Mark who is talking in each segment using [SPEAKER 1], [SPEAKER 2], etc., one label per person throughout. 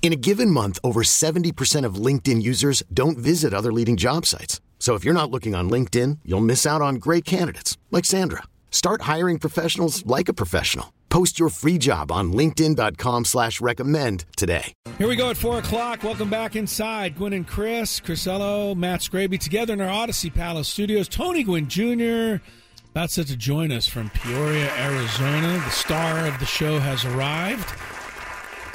[SPEAKER 1] In a given month, over 70% of LinkedIn users don't visit other leading job sites. So if you're not looking on LinkedIn, you'll miss out on great candidates like Sandra. Start hiring professionals like a professional. Post your free job on LinkedIn.com slash recommend today.
[SPEAKER 2] Here we go at four o'clock. Welcome back inside. Gwen and Chris, Chrisello, Matt Scraby, together in our Odyssey Palace studios. Tony Gwynn Jr. about set to join us from Peoria, Arizona. The star of the show has arrived.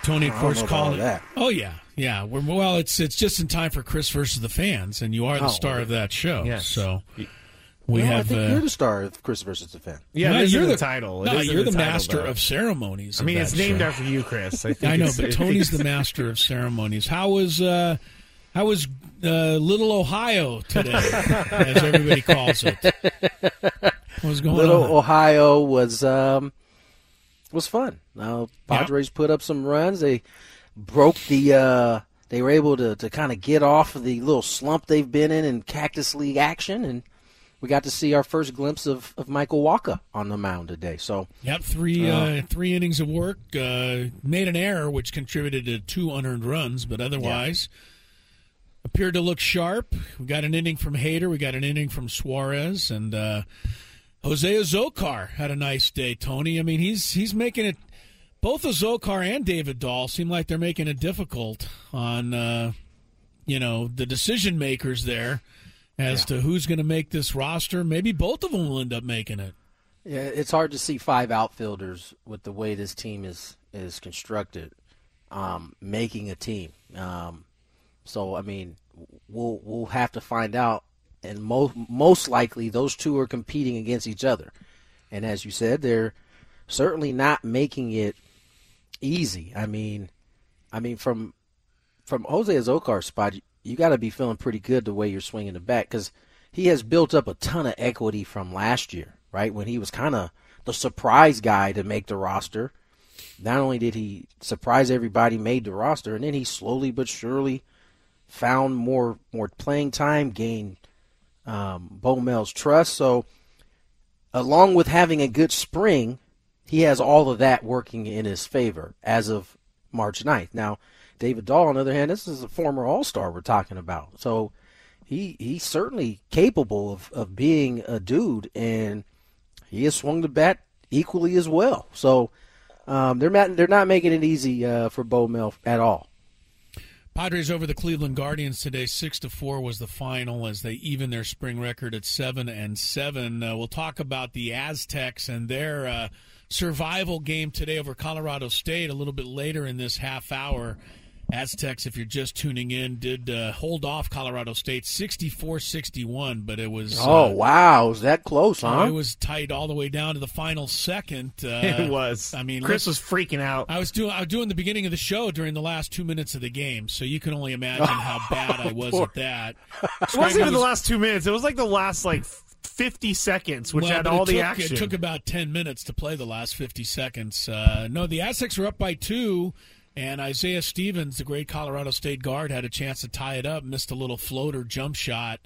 [SPEAKER 2] Tony, of
[SPEAKER 3] I don't
[SPEAKER 2] course,
[SPEAKER 3] know about
[SPEAKER 2] called
[SPEAKER 3] all that.
[SPEAKER 2] Oh yeah, yeah. We're, well, it's it's just in time for Chris versus the fans, and you are the
[SPEAKER 3] Oh.
[SPEAKER 2] star of that show.
[SPEAKER 4] Yes.
[SPEAKER 2] So we
[SPEAKER 3] No,
[SPEAKER 2] have.
[SPEAKER 3] I think
[SPEAKER 2] uh,
[SPEAKER 3] you're the star of Chris versus the fan.
[SPEAKER 4] Yeah,
[SPEAKER 2] no,
[SPEAKER 4] it is
[SPEAKER 2] you're
[SPEAKER 4] in the,
[SPEAKER 2] the
[SPEAKER 4] title. It
[SPEAKER 2] no,
[SPEAKER 4] is in
[SPEAKER 2] you're the,
[SPEAKER 4] title,
[SPEAKER 2] master
[SPEAKER 4] though.
[SPEAKER 2] of ceremonies.
[SPEAKER 4] I mean,
[SPEAKER 2] of
[SPEAKER 4] it's
[SPEAKER 2] that
[SPEAKER 4] named
[SPEAKER 2] show.
[SPEAKER 4] after you, Chris. I, think
[SPEAKER 2] I know,
[SPEAKER 4] it's-
[SPEAKER 2] but
[SPEAKER 4] it-
[SPEAKER 2] Tony's the master of ceremonies. How was uh, how was uh, Little Ohio today, as everybody calls it? What was going
[SPEAKER 3] Little
[SPEAKER 2] on?
[SPEAKER 3] Ohio was um, was fun. Now Padres put up some runs. They broke the. Uh, they were able to, to kind of get off of the little slump they've been in in Cactus League action, and we got to see our first glimpse of, of Michael Walker on the mound today. So
[SPEAKER 2] Yep, three uh, three innings of work. Uh, made an error, which contributed to two unearned runs, but otherwise appeared to look sharp. We got an inning from Hayter. We got an inning from Suarez, and uh, Jose Azokar had a nice day. Tony, I mean, he's he's making it. Both Azokar and David Dahl seem like they're making it difficult on uh, you know the decision makers there as to who's going to make this roster. Maybe both of them will end up making it.
[SPEAKER 3] Yeah, it's hard to see five outfielders with the way this team is is constructed, um, making a team. Um, so I mean, we'll we'll have to find out, and most most likely those two are competing against each other, and as you said, they're certainly not making it easy. I mean, I mean from from Jose Azokar's spot, you, you got to be feeling pretty good the way you're swinging the bat because he has built up a ton of equity from last year, right? When he was kind of the surprise guy to make the roster. Not only did he surprise everybody, made the roster, and then he slowly but surely found more more playing time, gained um, Bo Mel's trust. So, along with having a good spring, he has all of that working in his favor as of March 9th. Now, David Dahl, on the other hand, this is a former All Star we're talking about. So he he's certainly capable of, of being a dude, and he has swung the bat equally as well. So um, they're not they're not making it easy uh, for Bo Mel at all.
[SPEAKER 2] Padres over the Cleveland Guardians today. Six to four was the final as they even their spring record at seven and seven. Uh, we'll talk about the Aztecs and their uh, survival game today over Colorado State a little bit later in this half hour. Aztecs, if you're just tuning in, did uh, hold off Colorado State 64-61, but it was uh,
[SPEAKER 3] oh wow, is that close, huh?
[SPEAKER 2] it was tight all the way down to the final second. Uh,
[SPEAKER 4] it was.
[SPEAKER 2] I mean,
[SPEAKER 4] Chris
[SPEAKER 2] look-
[SPEAKER 4] was freaking out.
[SPEAKER 2] I was doing I was doing the beginning of the show during the last two minutes of the game, so you can only imagine how bad I was at that.
[SPEAKER 4] Oh, It wasn't even the last two minutes. It was like the last like fifty seconds, which
[SPEAKER 2] Well,
[SPEAKER 4] had
[SPEAKER 2] but it
[SPEAKER 4] all the
[SPEAKER 2] took-
[SPEAKER 4] action.
[SPEAKER 2] It took about ten minutes to play the last fifty seconds. Uh, no, the Aztecs were up by two, and Isaiah Stevens, the great Colorado State guard, had a chance to tie it up. Missed a little floater jump shot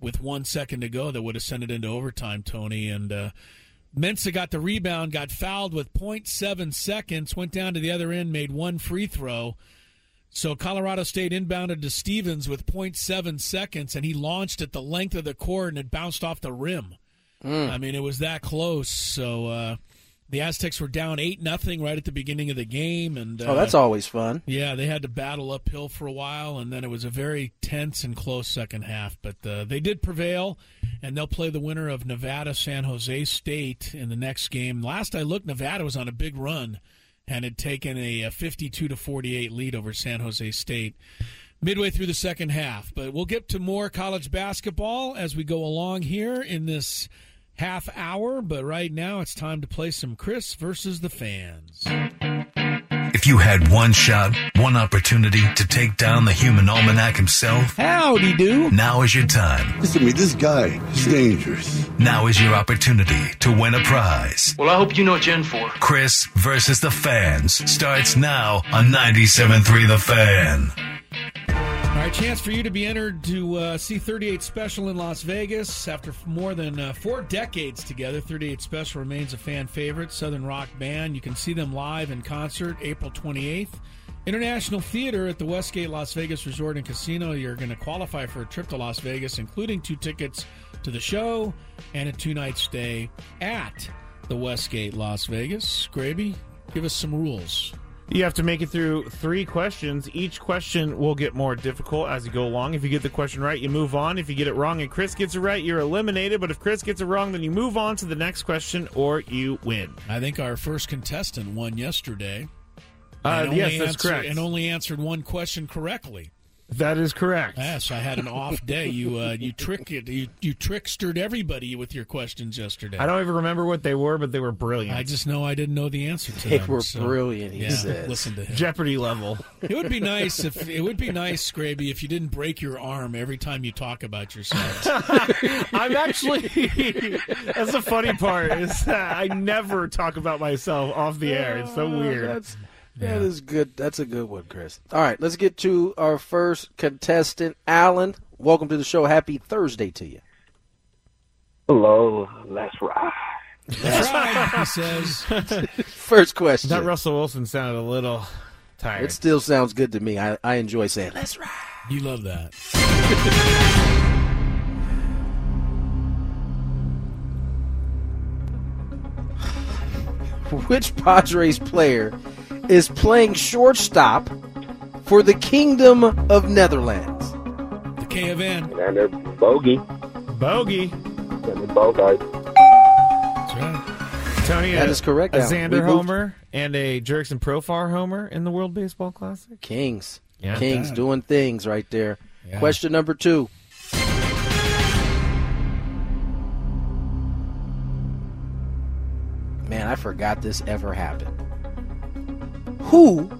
[SPEAKER 2] with one second to go that would have sent it into overtime. Tony and. Uh, Mensa got the rebound, got fouled with 0.7 seconds, went down to the other end, made one free throw. So Colorado State inbounded to Stevens with 0.7 seconds, and he launched at the length of the court and it bounced off the rim.
[SPEAKER 3] Hmm.
[SPEAKER 2] I mean, it was that close. So uh, the Aztecs were down eight nothing right at the beginning of the game, and uh,
[SPEAKER 3] oh, that's always fun.
[SPEAKER 2] Yeah, they had to battle uphill for a while, and then it was a very tense and close second half. But uh, they did prevail, and they'll play the winner of Nevada San Jose State in the next game. Last I looked, Nevada was on a big run and had taken a, a 52 to 48 lead over San Jose State midway through the second half. But we'll get to more college basketball as we go along here in this half hour. But right now, it's time to play some Chris versus the fans.
[SPEAKER 5] If you had one shot, one opportunity to take down the human almanac himself,
[SPEAKER 2] Howdy do.
[SPEAKER 5] now is your time.
[SPEAKER 6] Listen to me, this guy is dangerous.
[SPEAKER 5] Now is your opportunity to win a prize.
[SPEAKER 7] Well, I hope you know Gen 4.
[SPEAKER 5] Chris versus the fans starts now on 97.3 The Fan.
[SPEAKER 2] All right, chance for you to be entered to uh, see 38 Special in Las Vegas. After f- more than uh, four decades together, 38 Special remains a fan favorite Southern rock band. You can see them live in concert April 28th. International Theater at the Westgate Las Vegas Resort and Casino. You're going to qualify for a trip to Las Vegas, including two tickets to the show and a two night stay at the Westgate Las Vegas. Graby, give us some rules.
[SPEAKER 4] You have to make it through three questions. Each question will get more difficult as you go along. If you get the question right, you move on. If you get it wrong and Chris gets it right, you're eliminated. But if Chris gets it wrong, then you move on to the next question or you win.
[SPEAKER 2] I think our first contestant won yesterday.
[SPEAKER 4] Uh,
[SPEAKER 2] and only
[SPEAKER 4] yes, that's
[SPEAKER 2] answered-
[SPEAKER 4] correct.
[SPEAKER 2] And only answered one question correctly.
[SPEAKER 4] that is correct.
[SPEAKER 2] Yes, I had an off day. You uh, you tricked you you trickstered everybody with your questions yesterday.
[SPEAKER 4] I don't even remember what they were, but they were brilliant.
[SPEAKER 2] I just know I didn't know the answer to
[SPEAKER 3] They
[SPEAKER 2] them,
[SPEAKER 3] were
[SPEAKER 2] so-
[SPEAKER 3] brilliant, he
[SPEAKER 2] Yeah,
[SPEAKER 3] says.
[SPEAKER 2] listen to him.
[SPEAKER 4] Jeopardy level.
[SPEAKER 2] It would be nice if it would be nice, Scraby, if you didn't break your arm every time you talk about yourself.
[SPEAKER 4] I'm actually. that's the funny part is that I never talk about myself off the air. It's so weird.
[SPEAKER 3] Oh, That's that is good. That's a good one, Chris. All right, let's get to our first contestant, Alan. Welcome to the show. Happy Thursday to you.
[SPEAKER 7] Hello, let's ride.
[SPEAKER 2] That's right, he says.
[SPEAKER 3] First question.
[SPEAKER 4] that Russell Wilson sounded a little tired.
[SPEAKER 3] It still sounds good to me. I, I enjoy saying let's ride.
[SPEAKER 2] You love that.
[SPEAKER 3] Which Padres player is playing shortstop for the Kingdom of Netherlands?
[SPEAKER 2] The K of N.
[SPEAKER 7] And they're bogey.
[SPEAKER 4] Bogey.
[SPEAKER 7] And they're bogey.
[SPEAKER 2] That's right.
[SPEAKER 4] Tony,
[SPEAKER 3] That
[SPEAKER 4] a-
[SPEAKER 3] is correct,
[SPEAKER 4] A
[SPEAKER 3] Alan. We
[SPEAKER 4] Xander
[SPEAKER 3] moved-
[SPEAKER 4] homer and a Jerks and Profar homer in the World Baseball Classic.
[SPEAKER 3] Kings.
[SPEAKER 4] Yeah.
[SPEAKER 3] Kings
[SPEAKER 2] Damn.
[SPEAKER 3] doing things right there.
[SPEAKER 2] Yeah.
[SPEAKER 3] Question number two. Man, I forgot this ever happened. Who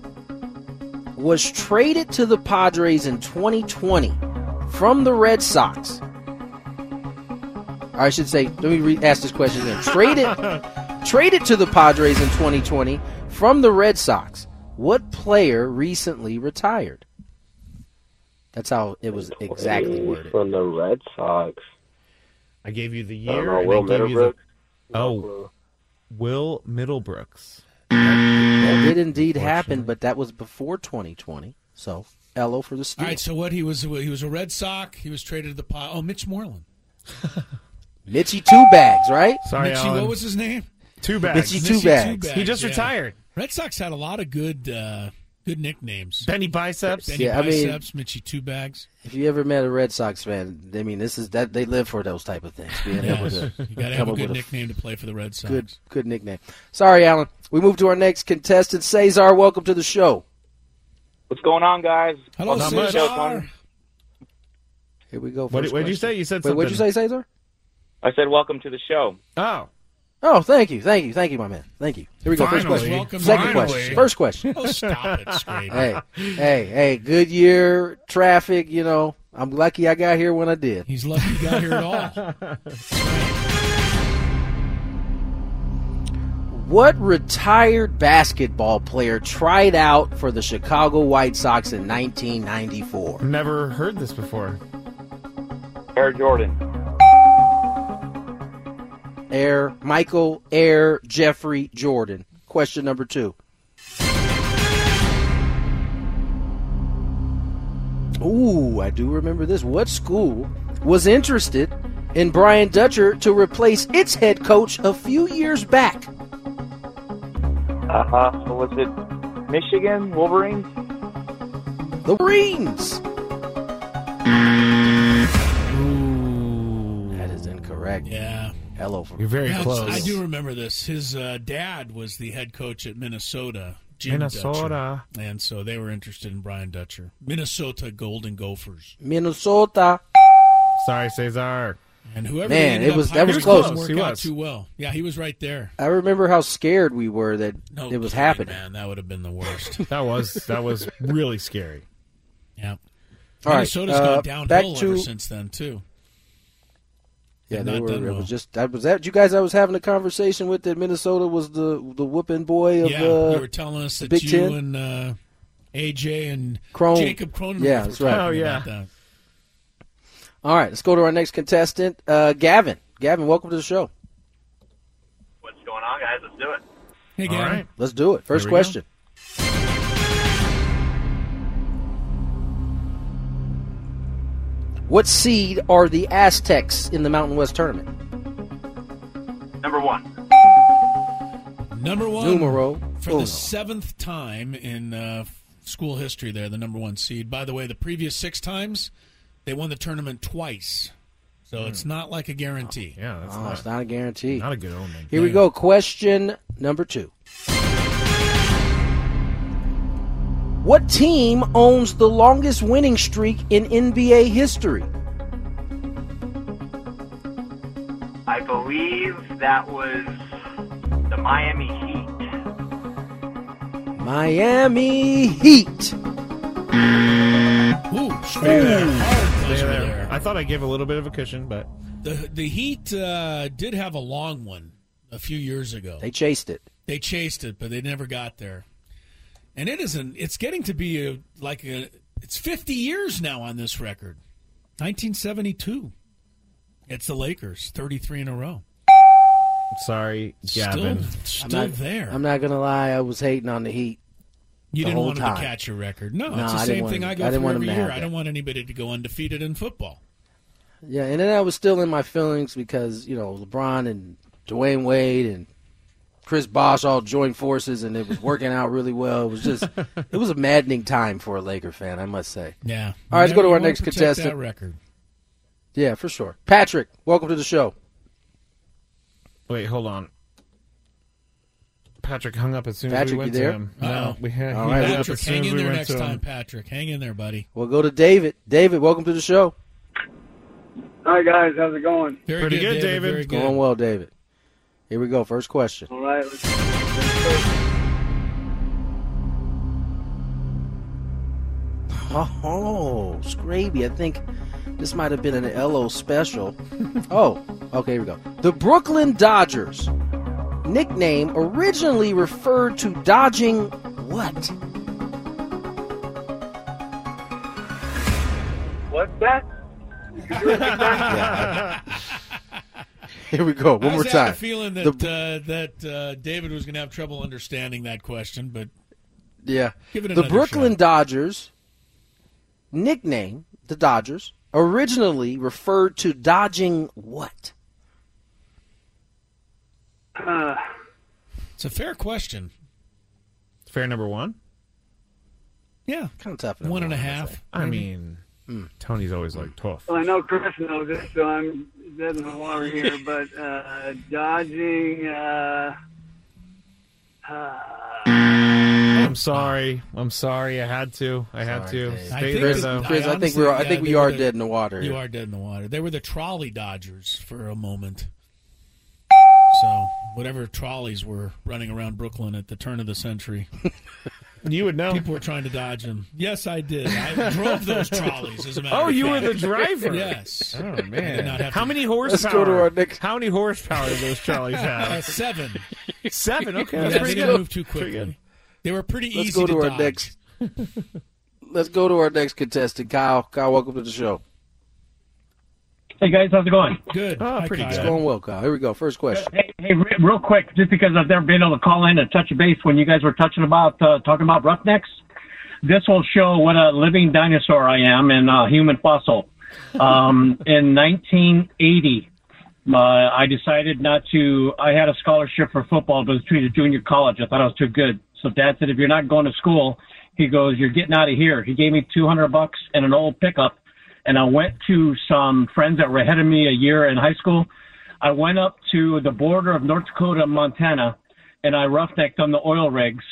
[SPEAKER 3] was traded to the Padres in 2020 from the Red Sox? I should say, let me re- ask this question again. Traded traded to the Padres in 2020 from the Red Sox. What player recently retired? That's how it was exactly worded.
[SPEAKER 7] From the Red Sox.
[SPEAKER 4] I gave you the
[SPEAKER 7] I don't
[SPEAKER 4] year.
[SPEAKER 7] know,
[SPEAKER 4] and
[SPEAKER 7] Will
[SPEAKER 4] I gave you the-
[SPEAKER 7] Middlebrook.
[SPEAKER 4] oh, Will Middlebrooks.
[SPEAKER 3] That did indeed happen, but that was before 2020. So, Ello for the
[SPEAKER 2] All
[SPEAKER 3] steal.
[SPEAKER 2] right, so what he was he was a Red Sox, he was traded to the pot. Oh, Mitch Moreland.
[SPEAKER 3] Mitchie two bags, right?
[SPEAKER 4] Sorry,
[SPEAKER 2] Mitchie,
[SPEAKER 4] Alan.
[SPEAKER 2] what was his name?
[SPEAKER 4] two bags?
[SPEAKER 3] Mitchie
[SPEAKER 2] Mitchie
[SPEAKER 3] two
[SPEAKER 2] Two
[SPEAKER 3] bags.
[SPEAKER 2] Bags.
[SPEAKER 4] he just
[SPEAKER 2] Yeah.
[SPEAKER 4] retired.
[SPEAKER 2] Red Sox had a lot of good uh, good nicknames.
[SPEAKER 4] Benny biceps.
[SPEAKER 2] Benny
[SPEAKER 3] Yeah, I mean-
[SPEAKER 2] Biceps, Mitchie Two Bags.
[SPEAKER 3] If you ever met a Red Sox fan, I mean, this is that they live for those type of things. Being able to
[SPEAKER 2] You got to have
[SPEAKER 3] come
[SPEAKER 2] a
[SPEAKER 3] up
[SPEAKER 2] good
[SPEAKER 3] with
[SPEAKER 2] nickname to play for the Red Sox.
[SPEAKER 3] good, good nickname. Sorry, Alan. We move to our next contestant, Cesar. Welcome to the show.
[SPEAKER 7] What's going on, guys?
[SPEAKER 2] Hello,
[SPEAKER 4] Not
[SPEAKER 7] much.
[SPEAKER 2] Cesar.
[SPEAKER 3] Here we go.
[SPEAKER 4] What
[SPEAKER 3] First
[SPEAKER 4] did- what did you
[SPEAKER 3] question.
[SPEAKER 4] say? You said
[SPEAKER 3] Wait, what'd you say,
[SPEAKER 4] something.
[SPEAKER 3] Cesar?
[SPEAKER 7] I said welcome to the show.
[SPEAKER 4] Oh,
[SPEAKER 3] Oh, thank you, thank you, thank you, my man. Thank you. Here we go. First
[SPEAKER 4] Finally.
[SPEAKER 3] question.
[SPEAKER 2] Welcome,
[SPEAKER 3] Second
[SPEAKER 2] finally.
[SPEAKER 3] question. First question.
[SPEAKER 2] Oh, stop it, Scrape.
[SPEAKER 3] hey, hey, hey. Good year traffic. You know, I'm lucky I got here when I did.
[SPEAKER 2] He's lucky he got here at all.
[SPEAKER 3] What retired basketball player tried out for the Chicago White Sox in 1994?
[SPEAKER 4] never heard this before.
[SPEAKER 7] Air Jordan.
[SPEAKER 3] Air Michael Air Jeffrey Jordan. Question number two. Ooh, I do remember this. What school was interested in Brian Dutcher to replace its head coach a few years back?
[SPEAKER 7] Uh, what was it? Michigan Wolverines.
[SPEAKER 3] The Marines. That is correct.
[SPEAKER 2] Yeah.
[SPEAKER 3] Hello for
[SPEAKER 8] You're very
[SPEAKER 2] Yeah,
[SPEAKER 8] close.
[SPEAKER 2] I do remember this. His uh, dad was the head coach at Minnesota. Jim
[SPEAKER 4] Minnesota.
[SPEAKER 2] Dutcher. And so they were interested in Brian Dutcher. Minnesota Golden Gophers.
[SPEAKER 3] Minnesota.
[SPEAKER 4] Sorry, Cesar.
[SPEAKER 2] And whoever
[SPEAKER 3] Man,
[SPEAKER 2] they ended
[SPEAKER 3] it
[SPEAKER 2] up
[SPEAKER 3] was- that was
[SPEAKER 2] hiring
[SPEAKER 3] close.
[SPEAKER 2] didn't work
[SPEAKER 4] He
[SPEAKER 2] out
[SPEAKER 4] was.
[SPEAKER 2] too well. Yeah, he was right there.
[SPEAKER 3] I remember how scared we were that
[SPEAKER 2] No,
[SPEAKER 3] it was
[SPEAKER 2] kidding,
[SPEAKER 3] happening.
[SPEAKER 2] Man, that would have been the worst.
[SPEAKER 4] That was that was really scary.
[SPEAKER 2] yeah.
[SPEAKER 3] All right,
[SPEAKER 2] Minnesota's
[SPEAKER 3] uh,
[SPEAKER 2] gone downhill
[SPEAKER 3] back
[SPEAKER 2] ever
[SPEAKER 3] to
[SPEAKER 2] since then too.
[SPEAKER 3] yeah,
[SPEAKER 2] They've
[SPEAKER 3] they
[SPEAKER 2] not
[SPEAKER 3] were.
[SPEAKER 2] done
[SPEAKER 3] It
[SPEAKER 2] well.
[SPEAKER 3] was just that was that you guys. I was having a conversation with that Minnesota was the the whooping boy of
[SPEAKER 2] Yeah,
[SPEAKER 3] uh,
[SPEAKER 2] you were telling us that
[SPEAKER 3] Big
[SPEAKER 2] you
[SPEAKER 3] Ten?
[SPEAKER 2] and uh, AJ and
[SPEAKER 3] Cron-
[SPEAKER 2] Jacob Cronin
[SPEAKER 3] Yeah,
[SPEAKER 2] were
[SPEAKER 3] that's right.
[SPEAKER 2] talking
[SPEAKER 4] Oh, yeah.
[SPEAKER 2] about that.
[SPEAKER 3] All right, let's go to our next contestant, uh, Gavin. Gavin, welcome to the show.
[SPEAKER 7] What's going on, guys? Let's do it.
[SPEAKER 2] Hey,
[SPEAKER 4] All
[SPEAKER 2] Gavin.
[SPEAKER 4] right.
[SPEAKER 3] Let's do it. First
[SPEAKER 4] There we go.
[SPEAKER 3] question. What seed are the Aztecs in the Mountain West tournament?
[SPEAKER 7] Number one.
[SPEAKER 2] Number one.
[SPEAKER 3] Numero
[SPEAKER 2] For
[SPEAKER 3] uno.
[SPEAKER 2] the seventh time in uh, school history, there, the number one seed. By the way, the previous six times, they won the tournament twice. So it's not like a guarantee.
[SPEAKER 4] Hmm. Yeah, that's
[SPEAKER 3] Oh,
[SPEAKER 4] not,
[SPEAKER 3] it's not a guarantee.
[SPEAKER 4] not a good omen.
[SPEAKER 3] Here we go. Question number two. What team owns the longest winning streak in NBA history?
[SPEAKER 7] I believe that was the Miami Heat.
[SPEAKER 3] Miami Heat.
[SPEAKER 2] Ooh, stay there.
[SPEAKER 4] Stay
[SPEAKER 2] Hard buzzer
[SPEAKER 4] there.
[SPEAKER 2] there.
[SPEAKER 4] I thought I gave a little bit of a cushion, but
[SPEAKER 2] The the Heat uh, did have a long one a few years ago.
[SPEAKER 3] They chased it.
[SPEAKER 2] They chased it, but they never got there. And it isn't. It's getting to be a, like a. It's 50 years now on this record. 1972. It's the Lakers, 33 in a row.
[SPEAKER 4] sorry, Gavin.
[SPEAKER 2] Still,
[SPEAKER 3] I'm
[SPEAKER 2] still
[SPEAKER 3] not-
[SPEAKER 2] there.
[SPEAKER 3] I'm not gonna lie, I was hating on the Heat.
[SPEAKER 2] you
[SPEAKER 3] the
[SPEAKER 2] didn't
[SPEAKER 3] whole
[SPEAKER 2] want him to
[SPEAKER 3] time.
[SPEAKER 2] catch a record. No,
[SPEAKER 3] No,
[SPEAKER 2] it's the
[SPEAKER 3] I didn't
[SPEAKER 2] same
[SPEAKER 3] want
[SPEAKER 2] thing
[SPEAKER 3] him-
[SPEAKER 2] I
[SPEAKER 3] I
[SPEAKER 2] go
[SPEAKER 3] didn't
[SPEAKER 2] through
[SPEAKER 3] want him
[SPEAKER 2] every
[SPEAKER 3] to
[SPEAKER 2] year.
[SPEAKER 3] have
[SPEAKER 2] I
[SPEAKER 3] that.
[SPEAKER 2] don't want anybody to go undefeated in football.
[SPEAKER 3] Yeah, and then I was still in my feelings because, you know, LeBron and Dwayne Wade and Chris Bosh all joined forces and it was working out really well. It was just it was a maddening time for a Laker fan, I must say.
[SPEAKER 2] Yeah.
[SPEAKER 3] All right, let's go to
[SPEAKER 2] You
[SPEAKER 3] our
[SPEAKER 2] wanna
[SPEAKER 3] next
[SPEAKER 2] protect
[SPEAKER 3] contestant.
[SPEAKER 2] That record.
[SPEAKER 3] Yeah, for sure. Patrick, welcome to the show.
[SPEAKER 4] Wait, hold on. Patrick hung up as soon as
[SPEAKER 3] Patrick,
[SPEAKER 4] we
[SPEAKER 3] you
[SPEAKER 4] went
[SPEAKER 3] there?
[SPEAKER 4] to him.
[SPEAKER 2] Uh-oh.
[SPEAKER 4] No, we had,
[SPEAKER 3] All
[SPEAKER 4] he
[SPEAKER 3] right,
[SPEAKER 4] hung up
[SPEAKER 2] Patrick,
[SPEAKER 4] as soon
[SPEAKER 2] hang
[SPEAKER 4] as
[SPEAKER 2] in
[SPEAKER 4] we
[SPEAKER 2] there
[SPEAKER 4] went
[SPEAKER 2] next
[SPEAKER 4] to him.
[SPEAKER 2] time, Patrick. Hang in there, buddy.
[SPEAKER 3] We'll go to David. David, welcome to the show.
[SPEAKER 7] Hi, guys. How's it going?
[SPEAKER 2] Very
[SPEAKER 4] Pretty good, David.
[SPEAKER 2] Very good.
[SPEAKER 3] Going well, David. Here we go. First question.
[SPEAKER 7] All right. Let's,
[SPEAKER 3] Oh, Scraby. I think this might have been an LO special. oh, okay, here we go. The Brooklyn Dodgers. Nickname originally referred to dodging what?
[SPEAKER 7] what's that?
[SPEAKER 3] Here we go.
[SPEAKER 2] I
[SPEAKER 3] One more
[SPEAKER 2] was having
[SPEAKER 3] time.
[SPEAKER 2] a feeling that
[SPEAKER 3] The-
[SPEAKER 2] uh, that uh, David was going to have trouble understanding that question, but
[SPEAKER 3] yeah.
[SPEAKER 2] Give it
[SPEAKER 3] The
[SPEAKER 2] another
[SPEAKER 3] Brooklyn
[SPEAKER 2] shot.
[SPEAKER 3] Dodgers. Nickname, the Dodgers, originally referred to dodging what?
[SPEAKER 2] it's a fair question.
[SPEAKER 4] Fair number one.
[SPEAKER 2] Yeah,
[SPEAKER 3] Kind of tough.
[SPEAKER 2] one and a half.
[SPEAKER 4] I mean, Tony's always like tough.
[SPEAKER 7] Well, I know Chris knows it, so I'm dead in the water here. But uh, dodging. Uh,
[SPEAKER 4] I'm sorry. I'm sorry. I had to. I had
[SPEAKER 3] Sorry,
[SPEAKER 4] to.
[SPEAKER 3] Dave.
[SPEAKER 2] I
[SPEAKER 4] Stay
[SPEAKER 2] think
[SPEAKER 4] there
[SPEAKER 2] it's-
[SPEAKER 4] though.
[SPEAKER 3] Chris, I, think
[SPEAKER 2] honestly-
[SPEAKER 3] we're I
[SPEAKER 2] yeah,
[SPEAKER 3] think we
[SPEAKER 2] they
[SPEAKER 3] are
[SPEAKER 2] would've-
[SPEAKER 3] dead in the water.
[SPEAKER 2] You
[SPEAKER 3] here.
[SPEAKER 2] are dead in the water. They were the trolley dodgers for a moment. So whatever trolleys were running around Brooklyn at the turn of the century,
[SPEAKER 4] You would know.
[SPEAKER 2] people were trying to dodge them. Yes, I did. I drove those trolleys. As a matter
[SPEAKER 4] Oh,
[SPEAKER 2] of
[SPEAKER 4] you were
[SPEAKER 2] fact.
[SPEAKER 4] the driver.
[SPEAKER 2] yes. Uh,
[SPEAKER 4] Oh man.
[SPEAKER 2] not have
[SPEAKER 4] How
[SPEAKER 2] to-
[SPEAKER 4] many horsepower?
[SPEAKER 3] go to our next-
[SPEAKER 4] How many horsepower do those trolleys
[SPEAKER 2] Uh,
[SPEAKER 4] have?
[SPEAKER 2] seven.
[SPEAKER 4] Seven. Okay,
[SPEAKER 2] Yeah,
[SPEAKER 4] that's
[SPEAKER 2] they
[SPEAKER 4] pretty
[SPEAKER 2] didn't
[SPEAKER 4] good.
[SPEAKER 2] move too
[SPEAKER 4] Pretty good.
[SPEAKER 2] quickly. They were pretty
[SPEAKER 3] Let's
[SPEAKER 2] easy
[SPEAKER 3] go to, our
[SPEAKER 2] dodge.
[SPEAKER 3] next. Let's go to our next contestant, Kyle. Kyle, welcome to the show.
[SPEAKER 7] hey guys, how's it going?
[SPEAKER 2] Good.
[SPEAKER 4] Oh,
[SPEAKER 2] Hi,
[SPEAKER 4] pretty
[SPEAKER 2] Kyle.
[SPEAKER 4] good.
[SPEAKER 3] Going well, Kyle. Here we go. First question.
[SPEAKER 7] Hey, hey, re- real quick, just because I've never been able to call in and touch base when you guys were touching about uh, talking about roughnecks, this will show what a living dinosaur I am and a human fossil. Um, in 1980, uh, I decided not to. I had a scholarship for football, but it was to junior college. I thought I was too good. So Dad said, if you're not going to school, he goes, you're getting out of here. He gave me 200 bucks and an old pickup, and I went to some friends that were ahead of me a year in high school I went up to the border of North Dakota and Montana, and I roughnecked on the oil rigs.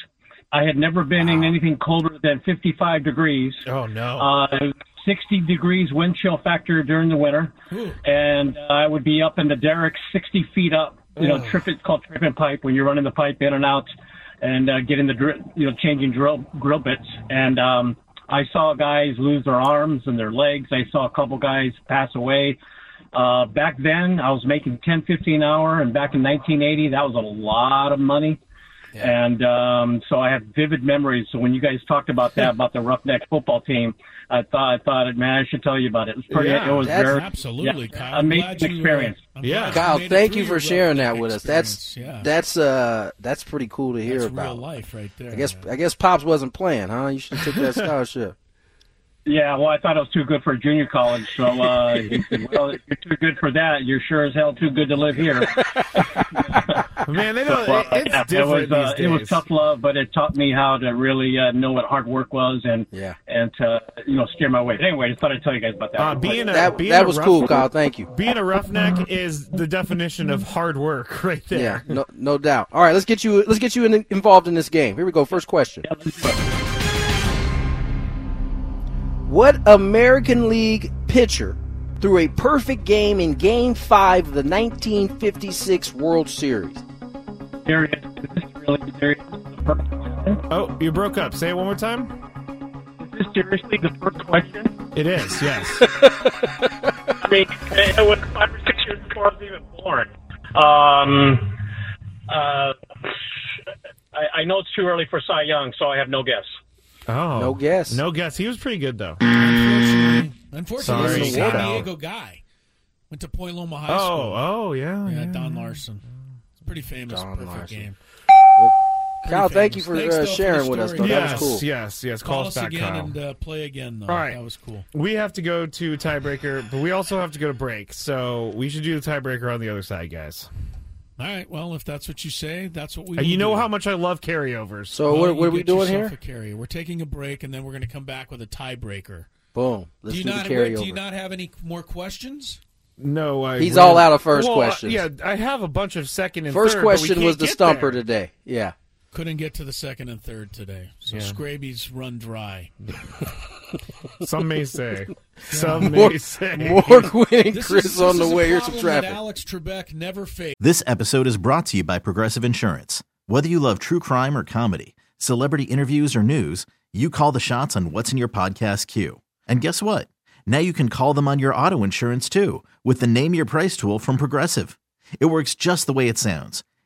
[SPEAKER 7] I had never been in anything colder than 55 degrees.
[SPEAKER 4] Oh no.
[SPEAKER 7] Uh, 60 degrees wind chill factor during the winter, and uh, I would be up in the derrick 60 feet up. You know, trip it's called tripping pipe when you're running the pipe in and out, and uh, getting the drill, you know, changing drill drill bits. And um, I saw guys lose their arms and their legs. I saw a couple guys pass away. Uh, back then, I was making 10, 15 an hour, and back in 1980, that was a lot of money. And um, so I have vivid memories. So when you guys talked about that, about the Roughneck football team, I thought, I thought, man, I should tell you about it. It was pretty.
[SPEAKER 4] Yeah,
[SPEAKER 7] it was
[SPEAKER 3] that's
[SPEAKER 7] very
[SPEAKER 2] Absolutely,
[SPEAKER 7] yeah,
[SPEAKER 2] Kyle. I'm glad
[SPEAKER 7] amazing
[SPEAKER 2] you, uh,
[SPEAKER 7] experience.
[SPEAKER 2] I'm
[SPEAKER 4] Yeah.
[SPEAKER 2] glad you
[SPEAKER 3] Kyle,
[SPEAKER 2] made it
[SPEAKER 3] thank
[SPEAKER 2] through
[SPEAKER 3] you for
[SPEAKER 2] your
[SPEAKER 3] sharing
[SPEAKER 2] rough
[SPEAKER 3] that with us.
[SPEAKER 2] experience.
[SPEAKER 3] That's
[SPEAKER 2] yeah.
[SPEAKER 3] that's uh that's pretty cool to hear
[SPEAKER 2] That's
[SPEAKER 3] about.
[SPEAKER 2] real life right there.
[SPEAKER 3] I guess
[SPEAKER 2] man.
[SPEAKER 3] I guess Pops wasn't playing, huh? You should have took that scholarship.
[SPEAKER 7] Yeah, well, I thought it was too good for junior college. So uh, he said, well, if you're too good for that, you're sure as hell too good to live here.
[SPEAKER 3] Uh,
[SPEAKER 4] Man, they don't.
[SPEAKER 7] Well,
[SPEAKER 4] it-
[SPEAKER 7] yeah,
[SPEAKER 4] it's different
[SPEAKER 7] it was, uh,
[SPEAKER 4] these
[SPEAKER 7] It
[SPEAKER 4] days.
[SPEAKER 7] was tough love, but it taught me how to really uh, know what hard work was and
[SPEAKER 3] Yeah.
[SPEAKER 7] and to you know steer my way. Anyway, just thought I'd tell you guys about that.
[SPEAKER 4] Uh, being a,
[SPEAKER 3] That
[SPEAKER 4] being
[SPEAKER 3] that
[SPEAKER 4] a
[SPEAKER 3] was
[SPEAKER 4] rough-
[SPEAKER 3] cool, Kyle. Thank you.
[SPEAKER 4] Being a roughneck is the definition of hard work, right there.
[SPEAKER 3] Yeah, no no doubt. All right, let's get you let's get you in, involved in this game. Here we go. First question. What American League pitcher threw a perfect game in Game Five of the 1956 World Series?
[SPEAKER 7] There it is. This is really serious. This is the first question.
[SPEAKER 4] Oh, you broke up. Say it one more time.
[SPEAKER 7] Is this seriously the first question?
[SPEAKER 4] It is, yes.
[SPEAKER 7] I mean, it was five or six years before I was even born. Um, uh, I, I know it's too early for Cy Young, so I have no guess.
[SPEAKER 4] Oh.
[SPEAKER 3] No guess.
[SPEAKER 4] No guess. He was pretty good, though.
[SPEAKER 2] unfortunately, unfortunately
[SPEAKER 4] Sorry,
[SPEAKER 2] he's a San
[SPEAKER 4] Kyle.
[SPEAKER 2] Diego guy. Went to Poiloma High
[SPEAKER 4] Oh,
[SPEAKER 2] School.
[SPEAKER 4] oh, yeah.
[SPEAKER 2] yeah,
[SPEAKER 4] yeah.
[SPEAKER 2] Don Larson. It's a pretty famous.
[SPEAKER 3] Don
[SPEAKER 2] perfect
[SPEAKER 3] Larson.
[SPEAKER 2] game.
[SPEAKER 3] Kyle,
[SPEAKER 2] Pretty
[SPEAKER 3] thank you
[SPEAKER 2] famous.
[SPEAKER 3] for
[SPEAKER 2] Thanks, though,
[SPEAKER 3] uh,
[SPEAKER 2] for the
[SPEAKER 3] sharing with us.
[SPEAKER 2] story.
[SPEAKER 3] Though.
[SPEAKER 4] Yes,
[SPEAKER 3] That was cool.
[SPEAKER 4] yes, yes. Call,
[SPEAKER 2] Call us
[SPEAKER 4] back,
[SPEAKER 2] again
[SPEAKER 4] Kyle.
[SPEAKER 2] and uh, play again. Though
[SPEAKER 4] All right.
[SPEAKER 2] that was cool.
[SPEAKER 4] we have to go to tiebreaker, but we also have to go to break. So we should do the tiebreaker on the other side, guys.
[SPEAKER 2] All right. Well, if that's what you say, that's what we.
[SPEAKER 4] And you
[SPEAKER 2] will
[SPEAKER 4] know
[SPEAKER 2] do.
[SPEAKER 4] how much I love carryovers.
[SPEAKER 3] So
[SPEAKER 2] Why
[SPEAKER 3] what,
[SPEAKER 2] don't
[SPEAKER 3] what
[SPEAKER 2] you
[SPEAKER 3] are we
[SPEAKER 2] get
[SPEAKER 3] doing
[SPEAKER 2] yourself
[SPEAKER 3] here?
[SPEAKER 2] a carrier. We're taking a break, and then we're going to come back with a tiebreaker.
[SPEAKER 3] Boom. Let's
[SPEAKER 2] do you
[SPEAKER 3] do
[SPEAKER 2] not?
[SPEAKER 3] the carryover.
[SPEAKER 2] do you not have any more questions?
[SPEAKER 4] no, I
[SPEAKER 3] He's
[SPEAKER 4] really-
[SPEAKER 3] all out of first
[SPEAKER 4] Well,
[SPEAKER 3] questions.
[SPEAKER 4] Yeah, I have a bunch of second and
[SPEAKER 3] First
[SPEAKER 4] third, but we
[SPEAKER 3] question
[SPEAKER 4] can't
[SPEAKER 3] was the
[SPEAKER 4] get
[SPEAKER 3] stumper
[SPEAKER 4] there.
[SPEAKER 3] today. Yeah.
[SPEAKER 2] Couldn't get to the second and third today, so Scraby's run dry.
[SPEAKER 4] Some may say. Some
[SPEAKER 3] More-
[SPEAKER 4] may say.
[SPEAKER 3] Mork winning
[SPEAKER 2] This
[SPEAKER 3] Chris
[SPEAKER 2] is, this
[SPEAKER 3] on the
[SPEAKER 2] is a
[SPEAKER 3] way. Here's some
[SPEAKER 2] problem that
[SPEAKER 3] traffic.
[SPEAKER 2] Alex Trebek never faced.
[SPEAKER 9] This episode is brought to you by Progressive Insurance. Whether you love true crime or comedy, celebrity interviews or news, you call the shots on what's in your podcast queue. And guess what? Now you can call them on your auto insurance too with the Name Your Price tool from Progressive. It works just the way it sounds.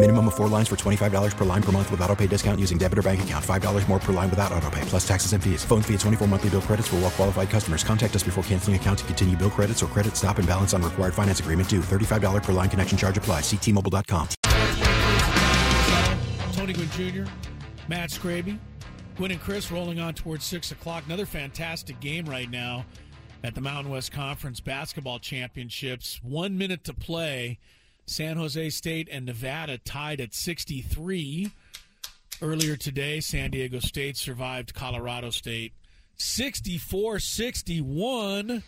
[SPEAKER 10] Minimum of four lines for $25 per line per month with auto pay discount using debit or bank account. $5 more per line without auto pay, plus taxes and fees. Phone fee at 24 monthly bill credits for all qualified customers. Contact us before canceling account to continue bill credits or credit stop and balance on required finance agreement due. $35 per line connection charge applies. Ctmobile.com.
[SPEAKER 2] Tony Gwynn Jr., Matt Scraby, Gwynn and Chris rolling on towards 6 o'clock. Another fantastic game right now at the Mountain West Conference Basketball Championships. One minute to play. San Jose State and Nevada tied at 63. Earlier today, San Diego State survived Colorado State 64 61.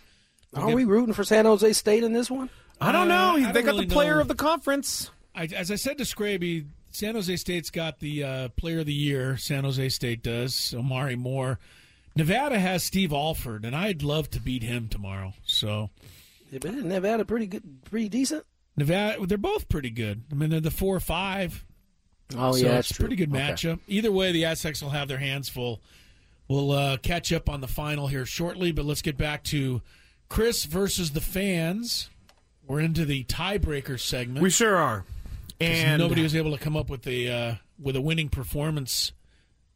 [SPEAKER 3] Are we rooting for San Jose State in this one?
[SPEAKER 4] I don't know.
[SPEAKER 2] Uh, I don't
[SPEAKER 4] they got
[SPEAKER 2] really
[SPEAKER 4] the player
[SPEAKER 2] know.
[SPEAKER 4] of the conference.
[SPEAKER 2] I, as I said to Scraby, San Jose State's got the uh, player of the year. San Jose State does. Omari Moore. Nevada has Steve Alford, and I'd love to beat him tomorrow. So
[SPEAKER 3] but isn't Nevada pretty good, pretty decent?
[SPEAKER 2] Nevada, they're both pretty good. I mean, they're the four or five.
[SPEAKER 3] Oh,
[SPEAKER 2] so
[SPEAKER 3] yeah, that's
[SPEAKER 2] it's a pretty
[SPEAKER 3] true.
[SPEAKER 2] good
[SPEAKER 3] Okay.
[SPEAKER 2] matchup. Either way, the Aztecs will have their hands full. We'll uh, catch up on the final here shortly, but let's get back to Chris versus the fans. We're into the tiebreaker segment.
[SPEAKER 4] We sure are,
[SPEAKER 2] 'Cause
[SPEAKER 4] and
[SPEAKER 2] nobody was able to come up with the uh, with a winning performance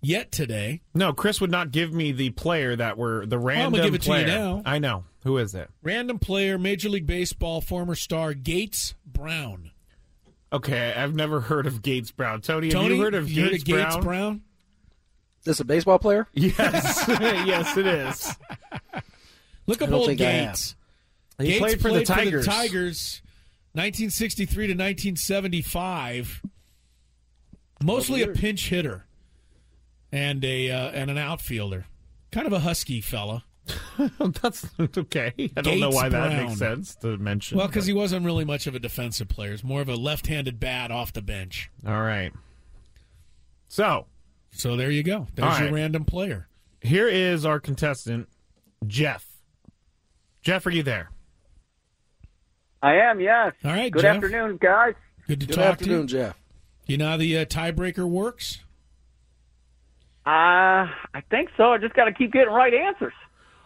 [SPEAKER 2] yet today.
[SPEAKER 4] No, Chris would not give me the player that were the
[SPEAKER 2] gonna
[SPEAKER 4] random
[SPEAKER 2] give it to you
[SPEAKER 4] player.
[SPEAKER 2] now.
[SPEAKER 4] I know who is it.
[SPEAKER 2] Random player, Major League Baseball former star Gates Brown.
[SPEAKER 4] Okay, I've never heard of Gates Brown. Tony, have
[SPEAKER 2] Tony,
[SPEAKER 4] you heard of Gates,
[SPEAKER 2] you heard of Gates
[SPEAKER 4] Brown?
[SPEAKER 2] Brown?
[SPEAKER 3] This a baseball player?
[SPEAKER 4] Yes, yes, it is.
[SPEAKER 2] Look
[SPEAKER 3] I
[SPEAKER 2] up
[SPEAKER 3] don't
[SPEAKER 2] old
[SPEAKER 3] think I have.
[SPEAKER 2] Gates.
[SPEAKER 4] He
[SPEAKER 2] Gates
[SPEAKER 4] played for the Tigers.
[SPEAKER 2] Tigers, 1963 to 1975. Mostly a
[SPEAKER 4] years.
[SPEAKER 2] pinch hitter and a uh, and an outfielder. Kind of a husky fella.
[SPEAKER 4] That's okay. I don't know
[SPEAKER 2] Gates
[SPEAKER 4] why that
[SPEAKER 2] Brown.
[SPEAKER 4] makes sense to mention.
[SPEAKER 2] Well, because he wasn't really much of a defensive player. He's more of a left-handed bat off the bench.
[SPEAKER 4] all right. So,
[SPEAKER 2] so there you go. There's your random player.
[SPEAKER 4] Here is our contestant, Jeff. Jeff, are you there?
[SPEAKER 11] I am, yes.
[SPEAKER 2] All right,
[SPEAKER 11] Good
[SPEAKER 2] Jeff.
[SPEAKER 11] afternoon, guys.
[SPEAKER 2] Good to
[SPEAKER 11] Good
[SPEAKER 2] talk
[SPEAKER 11] afternoon,
[SPEAKER 2] to you.
[SPEAKER 3] Jeff.
[SPEAKER 2] You know how the uh, tiebreaker works?
[SPEAKER 11] Uh, I think so. I just got to keep getting right answers.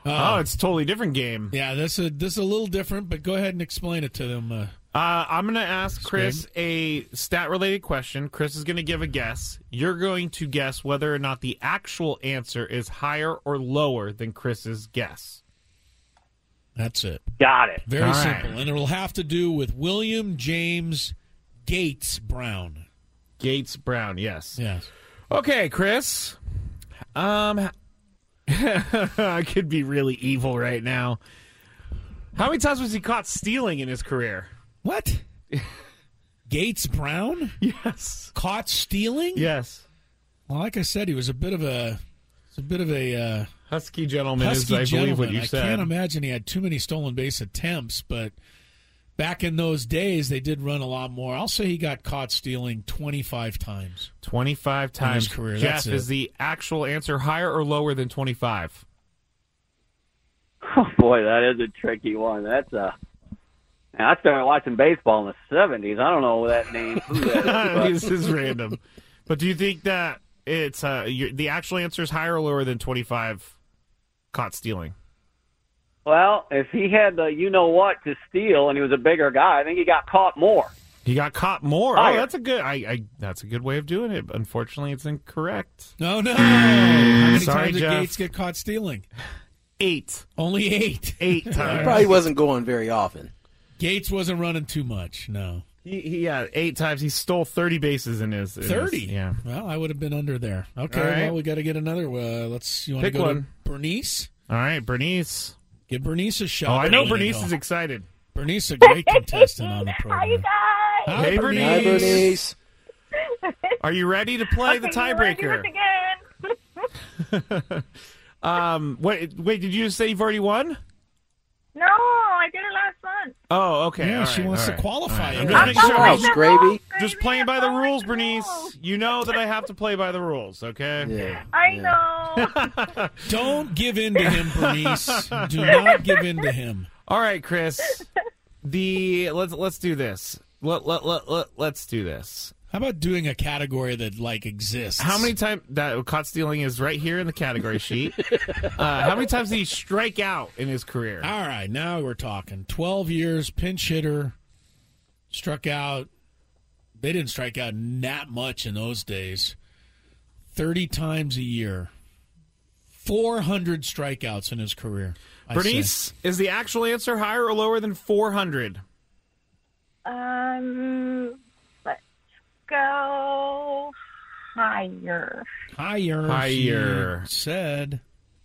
[SPEAKER 2] Uh,
[SPEAKER 4] oh, it's a totally different game.
[SPEAKER 2] Yeah, this is this is a little different, but go ahead and explain it to them. Uh,
[SPEAKER 4] Uh, I'm going to ask Chris a stat related question. Chris is going to give a guess. You're going to guess whether or not the actual answer is higher or lower than Chris's guess.
[SPEAKER 2] That's it.
[SPEAKER 11] Got it.
[SPEAKER 2] Very
[SPEAKER 4] All right.
[SPEAKER 2] simple, and it'll have to do with William James Gates Brown.
[SPEAKER 4] Gates Brown, yes.
[SPEAKER 2] Yes.
[SPEAKER 4] Okay, Chris. Um, I could be really evil right now. How many times was he caught stealing in his career?
[SPEAKER 2] What? Gates Brown?
[SPEAKER 4] Yes.
[SPEAKER 2] Caught stealing?
[SPEAKER 4] Yes.
[SPEAKER 2] Well, like I said, he was a bit of a, it's a bit of a uh,
[SPEAKER 4] husky gentleman. is, I believe, what you
[SPEAKER 2] I
[SPEAKER 4] said.
[SPEAKER 2] can't imagine he had too many stolen base attempts, but back in those days, they did run a lot more. I'll say he got caught stealing twenty-five times.
[SPEAKER 4] 25 times.
[SPEAKER 2] career,
[SPEAKER 4] Jeff,
[SPEAKER 2] that's it.
[SPEAKER 4] is the actual answer higher or lower than 25?
[SPEAKER 11] Oh, boy, that is a tricky one. That's a. Now, I started watching baseball in the 70s. I don't know that name. Who that is,
[SPEAKER 4] this is random. But do you think that it's uh, your, the actual answer is higher or lower than 25 caught stealing?
[SPEAKER 11] but- well, if he had the you know what to steal and he was a bigger guy, I think he got caught more.
[SPEAKER 4] He got caught more.
[SPEAKER 11] Higher.
[SPEAKER 4] Oh, that's a good. I, I that's a good way of doing it. But unfortunately, it's incorrect.
[SPEAKER 2] No, no. How many
[SPEAKER 4] Sorry,
[SPEAKER 2] times
[SPEAKER 4] Jeff.
[SPEAKER 2] did Gates get caught stealing?
[SPEAKER 4] Eight.
[SPEAKER 2] Only eight.
[SPEAKER 4] Eight
[SPEAKER 3] He
[SPEAKER 4] times.
[SPEAKER 3] probably wasn't going very often.
[SPEAKER 2] Gates wasn't running too much. No,
[SPEAKER 4] He, he yeah, eight times. He stole thirty bases in his in his-
[SPEAKER 2] thirty.
[SPEAKER 4] yeah.
[SPEAKER 2] Well, I would have been under there. Okay.
[SPEAKER 4] All right.
[SPEAKER 2] Well, we got to get another. Uh, let's. You want to
[SPEAKER 4] Pick
[SPEAKER 2] go
[SPEAKER 4] one.
[SPEAKER 2] to Bernice?
[SPEAKER 4] All right, Bernice.
[SPEAKER 2] Give Bernice a shot.
[SPEAKER 4] Oh, I know
[SPEAKER 2] Winning
[SPEAKER 4] Bernice
[SPEAKER 2] all.
[SPEAKER 4] is excited.
[SPEAKER 2] Bernice, a great contestant on the program. Hi,
[SPEAKER 4] Hey,
[SPEAKER 2] Bernice.
[SPEAKER 4] Bernice. Are you ready to play the
[SPEAKER 12] Okay, you ready to do
[SPEAKER 4] tiebreaker?
[SPEAKER 12] this again.
[SPEAKER 4] Um, wait, wait. Did you say you've already won?
[SPEAKER 12] No, I did it last month.
[SPEAKER 4] Oh, okay.
[SPEAKER 2] Yeah,
[SPEAKER 4] all
[SPEAKER 2] she
[SPEAKER 4] right,
[SPEAKER 2] wants
[SPEAKER 4] all
[SPEAKER 2] to
[SPEAKER 4] right,
[SPEAKER 2] qualify
[SPEAKER 4] all right.
[SPEAKER 2] it.
[SPEAKER 4] I'm just making
[SPEAKER 2] Oh,
[SPEAKER 4] sure.
[SPEAKER 2] that's
[SPEAKER 4] Bernice-
[SPEAKER 3] gravy.
[SPEAKER 4] Just playing by the rules, Bernice. You know that I have to play by the rules, okay?
[SPEAKER 3] Yeah.
[SPEAKER 12] I know.
[SPEAKER 2] Don't give in to him, Bernice. do not give in to him.
[SPEAKER 4] All right, Chris. The let's let's do this. Let let let, let let's do this.
[SPEAKER 2] How about doing a category that like exists?
[SPEAKER 4] How many times that caught stealing is right here in the category sheet? Uh, how many times did he strike out in his career?
[SPEAKER 2] All right, now we're talking. Twelve years, pinch hitter, struck out. They didn't strike out that much in those days. Thirty times a year, four hundred strikeouts in his career. I say.
[SPEAKER 4] Bernice, is the actual answer higher or lower than four hundred?
[SPEAKER 12] um, let's go higher.
[SPEAKER 2] higher,
[SPEAKER 4] Higher.
[SPEAKER 2] she said.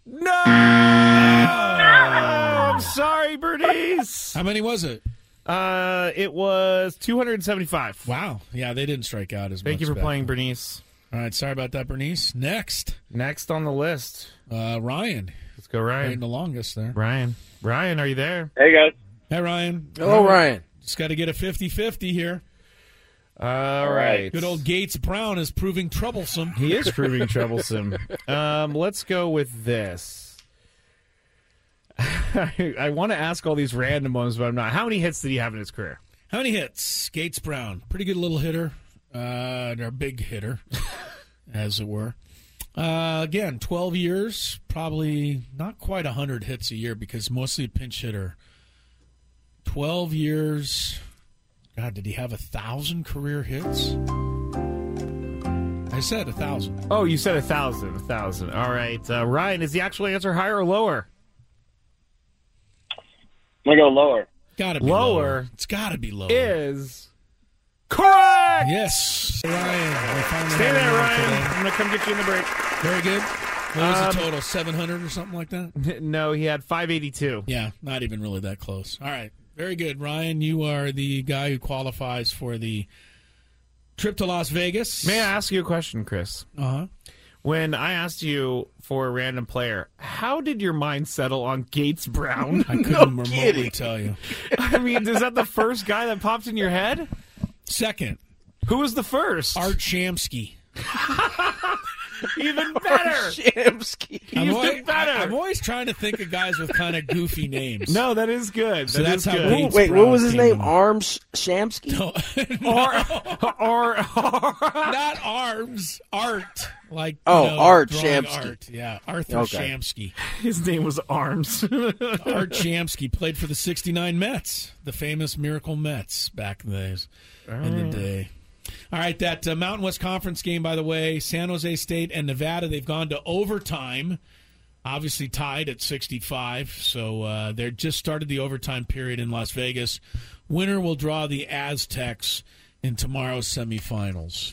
[SPEAKER 4] No! I'm sorry, Bernice.
[SPEAKER 2] How many was it?
[SPEAKER 4] Uh, it was 275.
[SPEAKER 2] Wow. Yeah, they didn't strike out as much.
[SPEAKER 4] Thank you for
[SPEAKER 2] back
[SPEAKER 4] playing,
[SPEAKER 2] then.
[SPEAKER 4] Bernice.
[SPEAKER 2] All right, sorry about that, Bernice. Next,
[SPEAKER 4] Next on the list,
[SPEAKER 2] uh, Ryan.
[SPEAKER 4] let's go,
[SPEAKER 2] Ryan,
[SPEAKER 4] Ryan.
[SPEAKER 2] the longest there.
[SPEAKER 4] Ryan, Ryan, are you there?
[SPEAKER 11] Hey, guys.
[SPEAKER 2] Hey, Ryan.
[SPEAKER 3] Hello, Ryan.
[SPEAKER 2] Just got to get a 50 50 here.
[SPEAKER 4] All right.
[SPEAKER 2] Good old Gates Brown is proving troublesome.
[SPEAKER 4] He is proving troublesome. Um, let's go with this. I, I want to ask all these random ones, but I'm not. How many hits did he have in his career?
[SPEAKER 2] How many hits? Gates Brown, pretty good little hitter, uh, or big hitter, as it were. Uh, again, 12 years, probably not quite 100 hits a year because mostly a pinch hitter. 12 years. God, did he have a thousand career hits? I said a thousand.
[SPEAKER 4] Oh, you said a thousand, a thousand. All right, uh, Ryan, is the actual answer higher or lower?
[SPEAKER 11] I'm gonna go lower.
[SPEAKER 2] Gotta
[SPEAKER 4] be lower.
[SPEAKER 2] It's got to be lower.
[SPEAKER 4] Is correct.
[SPEAKER 2] Yes, Ryan. we finally
[SPEAKER 4] Stay
[SPEAKER 2] have a
[SPEAKER 4] there,
[SPEAKER 2] winner
[SPEAKER 4] Ryan.
[SPEAKER 2] today.
[SPEAKER 4] I'm gonna come get you in the break.
[SPEAKER 2] Very good. What was the
[SPEAKER 4] Um, Mhm.
[SPEAKER 2] total? 700 or something like that?
[SPEAKER 4] No, he had 582.
[SPEAKER 2] Yeah, not even really that close. All right. Very good. Ryan, you are the guy who qualifies for the trip to Las Vegas.
[SPEAKER 4] May I ask you a question, Chris?
[SPEAKER 2] Uh huh.
[SPEAKER 4] When I asked you for a random player, how did your mind settle on Gates Brown?
[SPEAKER 2] I couldn't remotely tell you.
[SPEAKER 4] I mean, is that the first guy that popped in your head?
[SPEAKER 2] Second.
[SPEAKER 4] Who was the first?
[SPEAKER 2] Art Shamsky.
[SPEAKER 4] Even better.
[SPEAKER 3] Shamsky.
[SPEAKER 4] He's the better.
[SPEAKER 2] I'm always trying to think of guys with kind of goofy names.
[SPEAKER 4] no, that is good.
[SPEAKER 2] So
[SPEAKER 4] That
[SPEAKER 2] that's
[SPEAKER 4] is
[SPEAKER 2] how
[SPEAKER 4] good.
[SPEAKER 2] Gates
[SPEAKER 3] Wait, what
[SPEAKER 2] Brown
[SPEAKER 3] was his
[SPEAKER 2] came
[SPEAKER 3] name?
[SPEAKER 2] to
[SPEAKER 3] Arms Shamsky?
[SPEAKER 4] Or, or, oh,
[SPEAKER 2] Not arms, art. Like you
[SPEAKER 3] Oh,
[SPEAKER 2] know,
[SPEAKER 3] Art
[SPEAKER 2] drawing
[SPEAKER 3] Shamsky.
[SPEAKER 2] Art. Yeah, Arthur
[SPEAKER 3] Okay.
[SPEAKER 2] Shamsky.
[SPEAKER 4] his name was Arms.
[SPEAKER 2] Art Shamsky played for the 69 Mets, the famous Miracle Mets back in the, days, in the day. All right, that uh, Mountain West Conference game, by the way, San Jose State and Nevada, they've gone to overtime, obviously tied at 65. So uh, they're just started the overtime period in Las Vegas. Winner will draw the Aztecs in tomorrow's semifinals.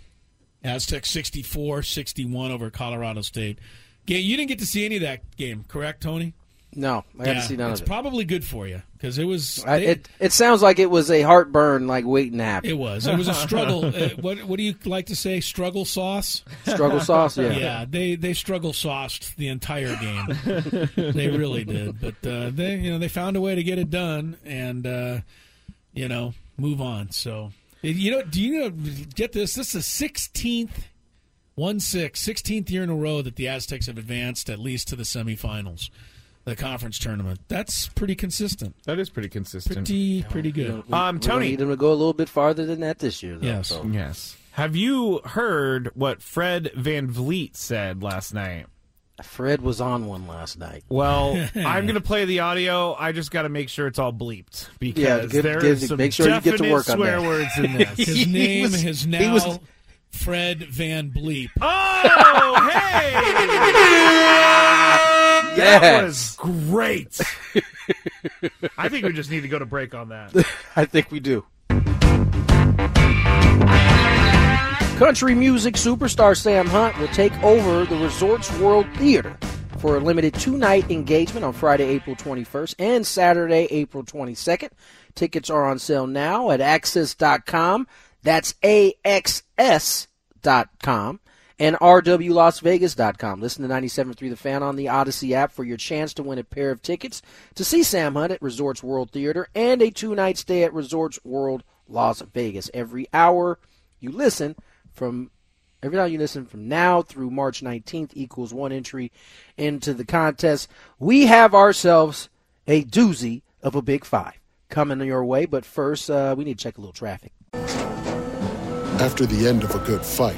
[SPEAKER 2] Aztecs 64 61 over Colorado State. Yeah, you didn't get to see any of that game, correct, Tony?
[SPEAKER 3] No, I haven't seen none
[SPEAKER 2] it's
[SPEAKER 3] of it.
[SPEAKER 2] probably good for you because it was
[SPEAKER 3] I,
[SPEAKER 2] they-
[SPEAKER 3] it. It sounds like it was a heartburn, like waiting to happen.
[SPEAKER 2] it was it was a struggle. uh, what what do you like to say? Struggle sauce.
[SPEAKER 3] Struggle sauce, yeah.
[SPEAKER 2] Yeah, they they struggle sauced the entire game. they really did, but uh, they you know they found a way to get it done and uh, you know move on. So you know do you know get this? This is the sixteenth. One six, 16th year in a row that the Aztecs have advanced at least to the semifinals, the conference tournament. That's pretty consistent.
[SPEAKER 4] That is pretty consistent.
[SPEAKER 2] Pretty, pretty good.
[SPEAKER 3] We-
[SPEAKER 4] Um,
[SPEAKER 3] we're gonna
[SPEAKER 4] Tony.
[SPEAKER 3] need him to go a little bit farther than that this year. Though,
[SPEAKER 2] Yes.
[SPEAKER 3] so.
[SPEAKER 4] Yes. Have you heard what Fred Van Vliet said last night?
[SPEAKER 3] Fred was on one last night.
[SPEAKER 4] Well, I'm going to play the audio. I give- give- make sure you get to work on that. I just got to make sure it's all bleeped
[SPEAKER 3] Yeah,
[SPEAKER 4] because
[SPEAKER 3] give-
[SPEAKER 4] there is
[SPEAKER 3] give-
[SPEAKER 4] some
[SPEAKER 3] make sure you get to
[SPEAKER 4] definite
[SPEAKER 3] work on
[SPEAKER 4] swear
[SPEAKER 3] that.
[SPEAKER 4] words in this.
[SPEAKER 2] His name
[SPEAKER 3] was-
[SPEAKER 2] is
[SPEAKER 3] he
[SPEAKER 2] now
[SPEAKER 3] was-
[SPEAKER 2] Fred Van Bleep.
[SPEAKER 4] oh, hey! That was
[SPEAKER 3] Yes.
[SPEAKER 4] great. I think we just need to go to break on that.
[SPEAKER 3] I think we do. Country music superstar Sam Hunt will take over the Resorts World Theater for a limited two night engagement on Friday, April 21st and Saturday, April 22nd. Tickets are on sale now at Access.com. That's AXS.com and rwlasvegas.com. Listen to 97.3 The Fan on the Odyssey app for your chance to win a pair of tickets to see Sam Hunt at Resorts World Theater and a two-night stay at Resorts World Las Vegas. Every hour you listen from every hour you listen from now through March 19th equals one entry into the contest. We have ourselves a doozy of a big five coming your way, but first uh, we need to check a little traffic.
[SPEAKER 6] After the end of a good fight,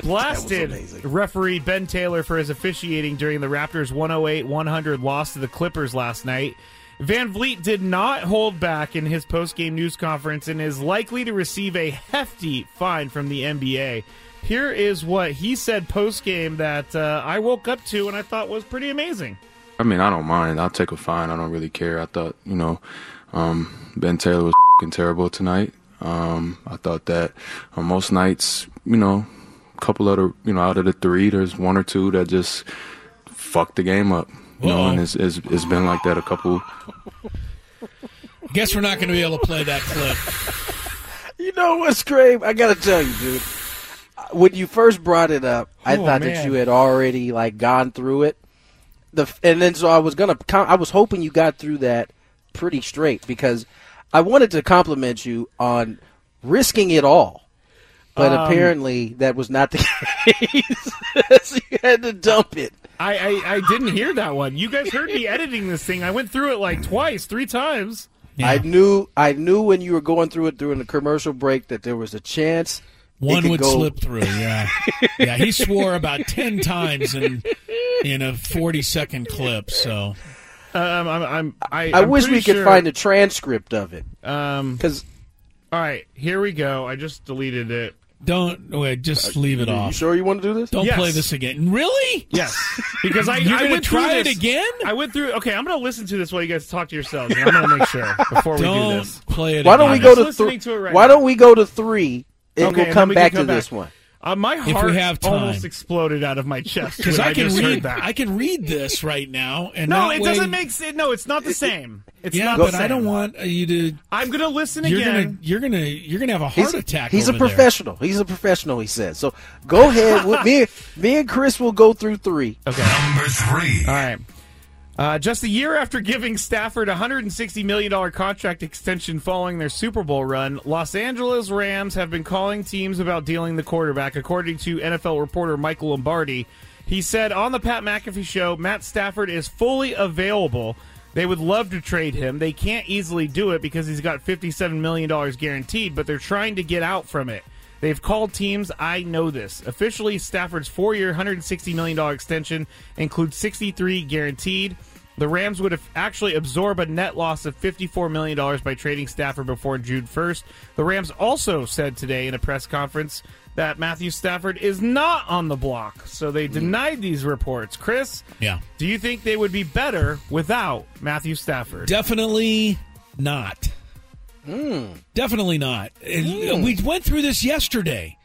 [SPEAKER 4] blasted referee Ben Taylor for his officiating during the Raptors 108 100 loss to the Clippers last night. Van Vliet did not hold back in his post game news conference and is likely to receive a hefty fine from the NBA. Here is what he said post game that uh, I woke up to and I thought was pretty amazing.
[SPEAKER 13] I mean, I don't mind. I'll take a fine. I don't really care. I thought, you know, um, Ben Taylor was fing terrible tonight. Um, I thought that on most nights, you know, a couple of the, you know, out of the three, there's one or two that just fuck the game up. You know, Oh, and it's, it's, it's been like that a couple.
[SPEAKER 2] Guess we're not going to be able to play that clip.
[SPEAKER 3] You know what's great? I gotta tell you, dude. When you first brought it up, I
[SPEAKER 2] Oh,
[SPEAKER 3] thought
[SPEAKER 2] man.
[SPEAKER 3] that you had already like gone through it. The f- and then so I was gonna, com- I was hoping you got through that pretty straight because I wanted to compliment you on risking it all, but
[SPEAKER 4] Um,
[SPEAKER 3] apparently that was not the case. So you had to dump it.
[SPEAKER 4] I, I, I didn't hear that one. You guys heard me editing this thing. I went through it like twice, three times.
[SPEAKER 3] I knew, I knew when you were going through it during the commercial break that there was a chance it
[SPEAKER 2] One
[SPEAKER 3] could
[SPEAKER 2] would
[SPEAKER 3] go-
[SPEAKER 2] slip through, yeah. yeah, he swore about 10 times in in a 40 second clip, so.
[SPEAKER 4] Um, I'm, I'm, I,
[SPEAKER 3] I
[SPEAKER 4] I'm
[SPEAKER 3] wish
[SPEAKER 4] pretty
[SPEAKER 3] we could
[SPEAKER 4] sure-
[SPEAKER 3] find a transcript of it.
[SPEAKER 4] Um,
[SPEAKER 3] because
[SPEAKER 4] all right, here we go. I just deleted it.
[SPEAKER 2] Don't wait. Just leave it
[SPEAKER 4] you
[SPEAKER 2] off.
[SPEAKER 3] sure you want to do this?
[SPEAKER 2] Don't
[SPEAKER 4] Yes.
[SPEAKER 2] play this again. Really?
[SPEAKER 4] Yes. Because I,
[SPEAKER 2] You're
[SPEAKER 4] I
[SPEAKER 2] gonna
[SPEAKER 4] went through
[SPEAKER 2] try it
[SPEAKER 4] this-
[SPEAKER 2] again?
[SPEAKER 4] I went through. Okay, I'm going to listen to this while you guys talk to yourselves. And I'm going to make sure before we do
[SPEAKER 2] Don't
[SPEAKER 4] this.
[SPEAKER 2] play
[SPEAKER 3] Why don't we go to
[SPEAKER 4] Listening
[SPEAKER 3] three?
[SPEAKER 4] to it right
[SPEAKER 3] why
[SPEAKER 4] now.
[SPEAKER 3] don't we go to three? And
[SPEAKER 4] Okay,
[SPEAKER 3] we'll
[SPEAKER 4] and then
[SPEAKER 3] come
[SPEAKER 4] we can
[SPEAKER 3] back
[SPEAKER 4] come
[SPEAKER 3] to
[SPEAKER 4] back.
[SPEAKER 3] this one.
[SPEAKER 4] Uh, my
[SPEAKER 2] If we
[SPEAKER 4] heart
[SPEAKER 2] have time.
[SPEAKER 4] almost exploded out of my chest
[SPEAKER 2] Because
[SPEAKER 4] when
[SPEAKER 2] I can
[SPEAKER 4] just heard
[SPEAKER 2] read.
[SPEAKER 4] that.
[SPEAKER 2] I can read this right now, and
[SPEAKER 4] no,
[SPEAKER 2] that
[SPEAKER 4] it
[SPEAKER 2] way-
[SPEAKER 4] doesn't make sense. No, it's not the same. It's
[SPEAKER 2] yeah,
[SPEAKER 4] not
[SPEAKER 2] but
[SPEAKER 4] the
[SPEAKER 2] I
[SPEAKER 4] same.
[SPEAKER 2] don't want uh, you to.
[SPEAKER 4] I'm going to listen
[SPEAKER 2] you're
[SPEAKER 4] again.
[SPEAKER 2] gonna. You're gonna. You're gonna have a heart
[SPEAKER 3] He's a,
[SPEAKER 2] attack.
[SPEAKER 3] he's a
[SPEAKER 2] over there.
[SPEAKER 3] professional. He's a professional. He said. So go ahead. with me, me and Chris will go through three.
[SPEAKER 4] Okay.
[SPEAKER 14] Number three.
[SPEAKER 4] All right. Uh, just a year after giving Stafford a $160 million contract extension following their Super Bowl run, Los Angeles Rams have been calling teams about dealing the quarterback, according to NFL reporter Michael Lombardi. He said on the Pat McAfee show, Matt Stafford is fully available. They would love to trade him. They can't easily do it because he's got $57 million guaranteed, but they're trying to get out from it. They've called teams. I know this. Officially, Stafford's four year, $160 million extension includes 63 guaranteed. The Rams would have actually absorb a net loss of $54 million by trading Stafford before June 1st. The Rams also said today in a press conference that Matthew Stafford is not on the block, so they denied these reports. Chris,
[SPEAKER 2] Yeah.
[SPEAKER 4] do you think they would be better without Matthew Stafford?
[SPEAKER 2] Definitely not. Definitely not. And We went through this yesterday.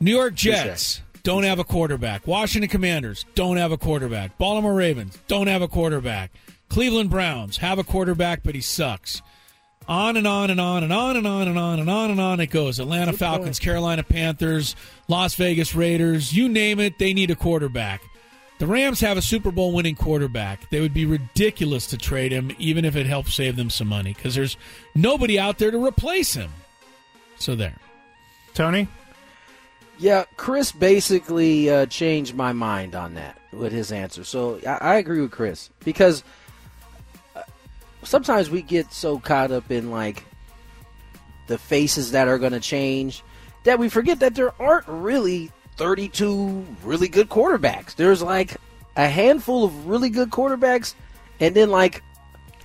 [SPEAKER 2] New York Jets don't have a quarterback. Washington Commanders don't have a quarterback. Baltimore Ravens don't have a quarterback. Cleveland Browns have a quarterback, but he sucks. On and on and on and on and on and on and on and on it goes. Atlanta Falcons, Carolina Panthers, Las Vegas Raiders, you name it, they need a quarterback. The Rams have a Super Bowl winning quarterback. They would be ridiculous to trade him, even if it helps save them some money, because there's nobody out there to replace him. So there.
[SPEAKER 4] Tony?
[SPEAKER 3] Yeah, Chris basically uh, changed my mind on that with his answer. So I, I agree with Chris because uh, sometimes we get so caught up in like the faces that are going to change that we forget that there aren't really 32 really good quarterbacks. There's like a handful of really good quarterbacks, and then like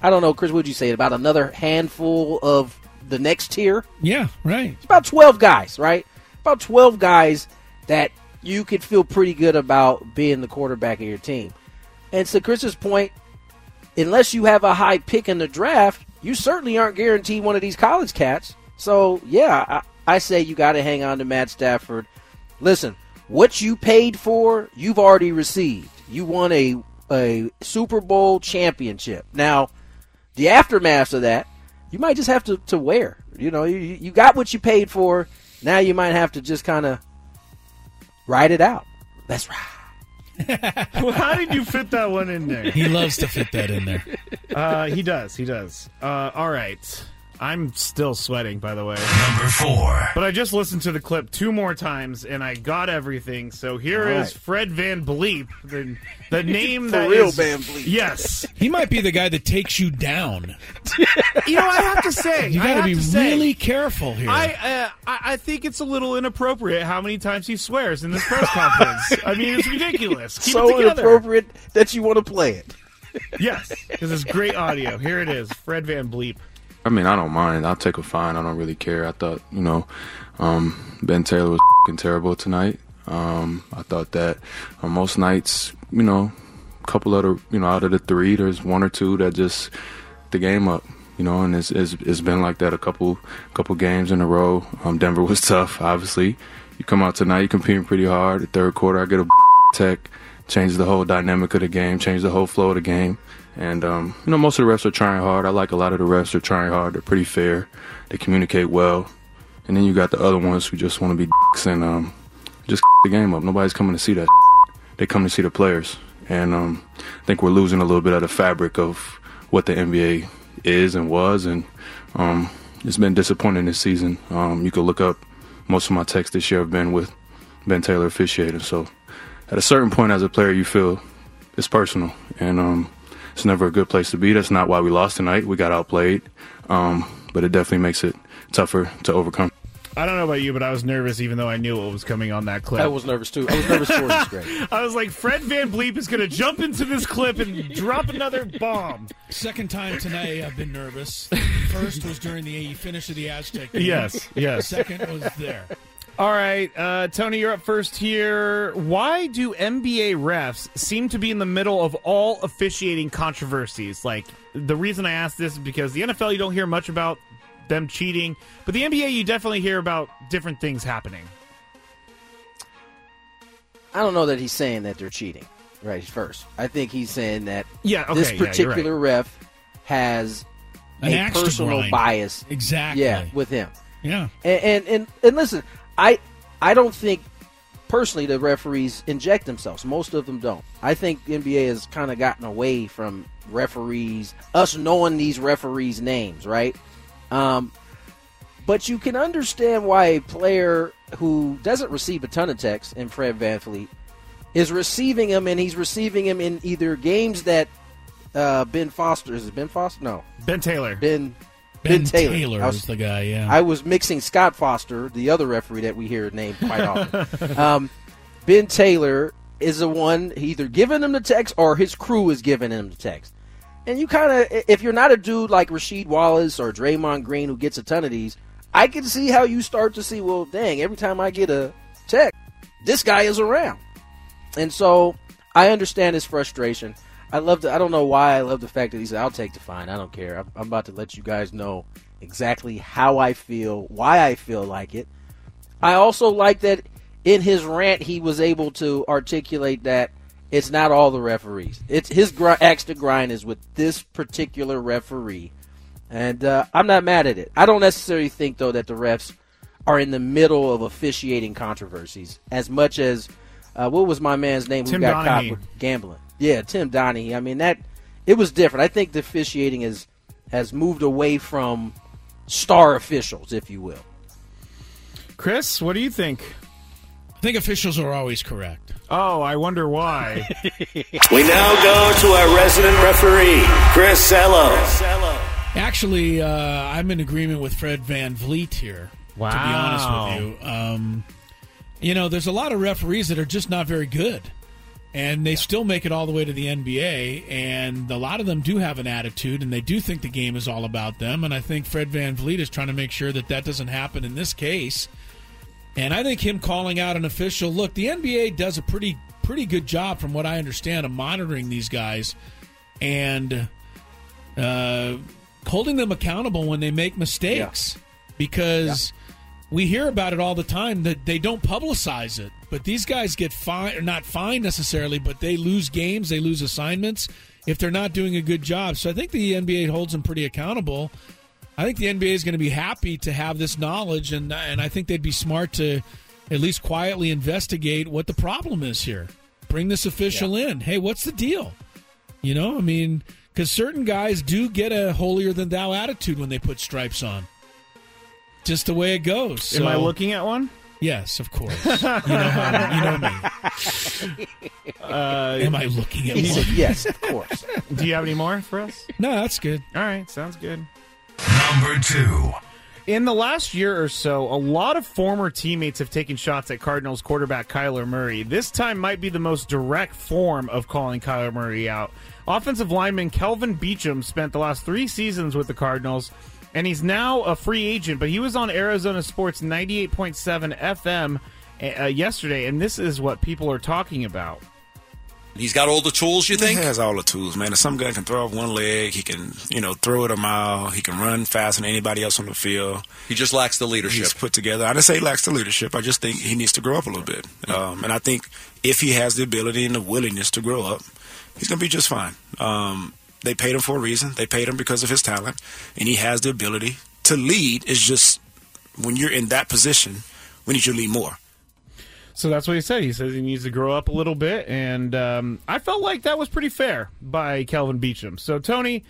[SPEAKER 3] I don't know, Chris, what'd you say about another handful of the next tier?
[SPEAKER 2] Yeah, right.
[SPEAKER 3] It's about 12 guys, right? About 12 guys that you could feel pretty good about being the quarterback of your team. And to Chris's point, unless you have a high pick in the draft, you certainly aren't guaranteed one of these college cats. So, yeah, I, I say you got to hang on to Matt Stafford. Listen, what you paid for, you've already received. You won a, a Super Bowl championship. Now, the aftermath of that, you might just have to, to wear. You know, you, you got what you paid for. Now you might have to just kind of ride it out. That's right.
[SPEAKER 4] well, how did you fit that one in there?
[SPEAKER 2] He loves to fit that in there.
[SPEAKER 4] Uh, he does. He does. Uh, all right. I'm still sweating, by the way.
[SPEAKER 14] Number four.
[SPEAKER 4] But I just listened to the clip two more times and I got everything. So here is
[SPEAKER 2] All right.
[SPEAKER 4] Fred Van Bleep, the, the name
[SPEAKER 2] For
[SPEAKER 4] that
[SPEAKER 2] real
[SPEAKER 4] is-
[SPEAKER 2] Van Bleep.
[SPEAKER 4] Yes.
[SPEAKER 2] He might be the guy that takes you down.
[SPEAKER 4] You know, I have to say,
[SPEAKER 2] You
[SPEAKER 4] I
[SPEAKER 2] got to
[SPEAKER 4] have
[SPEAKER 2] be
[SPEAKER 4] to say,
[SPEAKER 2] really careful here.
[SPEAKER 4] I, uh, I I think it's a little inappropriate how many times he swears in this press conference. I mean, it's ridiculous. Keep
[SPEAKER 3] so
[SPEAKER 4] it together.
[SPEAKER 3] inappropriate that you want to play it.
[SPEAKER 4] Yes, because it's great audio. Here it is, Fred Van Bleep.
[SPEAKER 13] I mean, I don't mind. I'll take a fine. I don't really care. I thought, you know, um, Ben Taylor was fing terrible tonight. Um, I thought that on most nights, you know, a couple of the, you know, out of the three, there's one or two that just the game up, you know, and it's, it's, it's been like that a couple couple games in a row. Um, Denver was tough, obviously. You come out tonight, you're competing pretty hard. The third quarter, I get a tech, changes the whole dynamic of the game, changes the whole flow of the game. And um, you know, most of the refs are trying hard. I like a lot of the refs are trying hard. They're pretty fair. They communicate well. And then you got the other ones who just want to be dicks and um, just the game up. Nobody's coming to see that. They come to see the players. And um, I think we're losing a little bit of the fabric of what the NBA is and was. And um, it's been disappointing this season. Um, you can look up most of my texts this year have been with Ben Taylor officiating. So at a certain point as a player, you feel it's personal. And um, it's never a good place to be. That's not why we lost tonight. We got outplayed. Um, but it definitely makes it tougher to overcome.
[SPEAKER 4] I don't know about you, but I was nervous, even though I knew what was coming on that clip.
[SPEAKER 3] I was nervous too. I was nervous for this great.
[SPEAKER 4] I was like, Fred Van Bleep is going to jump into this clip and drop another bomb.
[SPEAKER 2] Second time tonight, I've been nervous. First was during the finish of the Aztec. game.
[SPEAKER 4] Yes, yes.
[SPEAKER 2] Second was there.
[SPEAKER 4] All right, uh, Tony, you're up first here. Why do NBA refs seem to be in the middle of all officiating controversies? Like, the reason I ask this is because the NFL, you don't hear much about them cheating, but the NBA, you definitely hear about different things happening.
[SPEAKER 3] I don't know that he's saying that they're cheating. Right first, I think he's saying that
[SPEAKER 4] Yeah, okay,
[SPEAKER 3] this
[SPEAKER 4] yeah, you're
[SPEAKER 3] particular ref has
[SPEAKER 2] An
[SPEAKER 3] a
[SPEAKER 2] axe to
[SPEAKER 3] personal
[SPEAKER 2] grind.
[SPEAKER 3] bias.
[SPEAKER 2] Exactly.
[SPEAKER 3] Yeah, with him.
[SPEAKER 2] Yeah.
[SPEAKER 3] And, and and and listen, I I don't think personally the referees inject themselves. Most of them don't. I think the NBA has kind of gotten away from referees, us knowing these referees' names, right? Um, but you can understand why a player who doesn't receive a ton of texts in Fred VanVleet is receiving him, and he's receiving him in either games that uh, Ben Foster. Is it Ben Foster? No.
[SPEAKER 4] Ben Taylor.
[SPEAKER 3] Ben.
[SPEAKER 2] Ben
[SPEAKER 3] Ben Taylor,
[SPEAKER 2] Taylor
[SPEAKER 3] I
[SPEAKER 2] is the guy, yeah.
[SPEAKER 3] I was mixing Scott Foster, the other referee that we hear named quite often. um, ben Taylor is the one either giving him the text or his crew is giving him the text. And you kind of, if you're not a dude like Rasheed Wallace or Draymond Green who gets a ton of these, I can see how you start to see, well, dang, every time I get a text, this guy is around. And so I understand his frustration. I love the, I don't know why I love the fact that he said, I'll take the fine. I don't care. I'm, I'm about to let you guys know exactly how I feel, why I feel like it. I also like that in his rant, he was able to articulate that it's not all the referees. It's his gr- axe to grind is with this particular referee. And uh, I'm not mad at it. I don't necessarily think, though, that the refs are in the middle of officiating controversies as much as uh, what was my man's name who
[SPEAKER 4] Tim
[SPEAKER 3] got
[SPEAKER 4] Donaghy.
[SPEAKER 3] caught with gambling? Yeah, Tim Donahue. I mean that it was different. I think the officiating is has moved away from star officials, if you will.
[SPEAKER 4] Chris, what do you think?
[SPEAKER 2] I think officials are always correct.
[SPEAKER 4] Oh, I wonder why.
[SPEAKER 15] We now go to our resident referee, Chris Sello.
[SPEAKER 2] Actually, uh, I'm in agreement with Fred Van Vliet here. To be
[SPEAKER 4] Wow.
[SPEAKER 2] honest with you, um, you know, there's a lot of referees that are just not very good, and they still make it all the way to the NBA. And a lot of them do have an attitude, and they do think the game is all about them. And I think Fred Van Vliet is trying to make sure that that doesn't happen in this case. And I think him calling out an official, look, the NBA does a pretty pretty good job, from what I understand, of monitoring these guys and uh, holding them accountable when they make mistakes. Because we hear about it all the time that they don't publicize it, but these guys get fined, or not fined necessarily, but they lose games, they lose assignments if they're not doing a good job. So I think the NBA holds them pretty accountable. I think the NBA is going to be happy to have this knowledge, and and I think they'd be smart to at least quietly investigate what the problem is here. Bring this official in. Hey, what's the deal? You know, I mean, because certain guys do get a holier than thou attitude when they put stripes on. Just the way it goes.
[SPEAKER 4] Am I
[SPEAKER 2] So-
[SPEAKER 4] looking at one?
[SPEAKER 2] Yes, of course. you, know, how- you know me.
[SPEAKER 4] Uh,
[SPEAKER 2] Am I looking at one?
[SPEAKER 3] of course.
[SPEAKER 4] Do you have any more for us?
[SPEAKER 2] No, that's good.
[SPEAKER 4] All right, sounds good.
[SPEAKER 14] Number two.
[SPEAKER 4] In the last year or so, a lot of former teammates have taken shots at Cardinals quarterback Kyler Murray. This time might be the most direct form of calling Kyler Murray out. Offensive lineman Kelvin Beecham spent the last three seasons with the Cardinals, and he's now a free agent, but he was on Arizona Sports 98.7 FM uh, yesterday, and this is what people are talking about.
[SPEAKER 16] He's got all the tools, you think?
[SPEAKER 17] He has all the tools, man. If some guy can throw off one leg, he can, you know, throw it a mile. He can run faster than anybody else on the field.
[SPEAKER 16] He just lacks the leadership.
[SPEAKER 17] He's put together. I didn't say he lacks the leadership. I just think he needs to grow up a little bit. Um, and I think if he has the ability and the willingness to grow up, he's going to be just fine. Um, they paid him for a reason. They paid him because of his talent, and he has the ability to lead. It's just when you're in that position, we need you to lead more.
[SPEAKER 4] So that's what he said. He says he needs to grow up a little bit, and um, I felt like that was pretty fair by Kelvin Beecham. So Tony,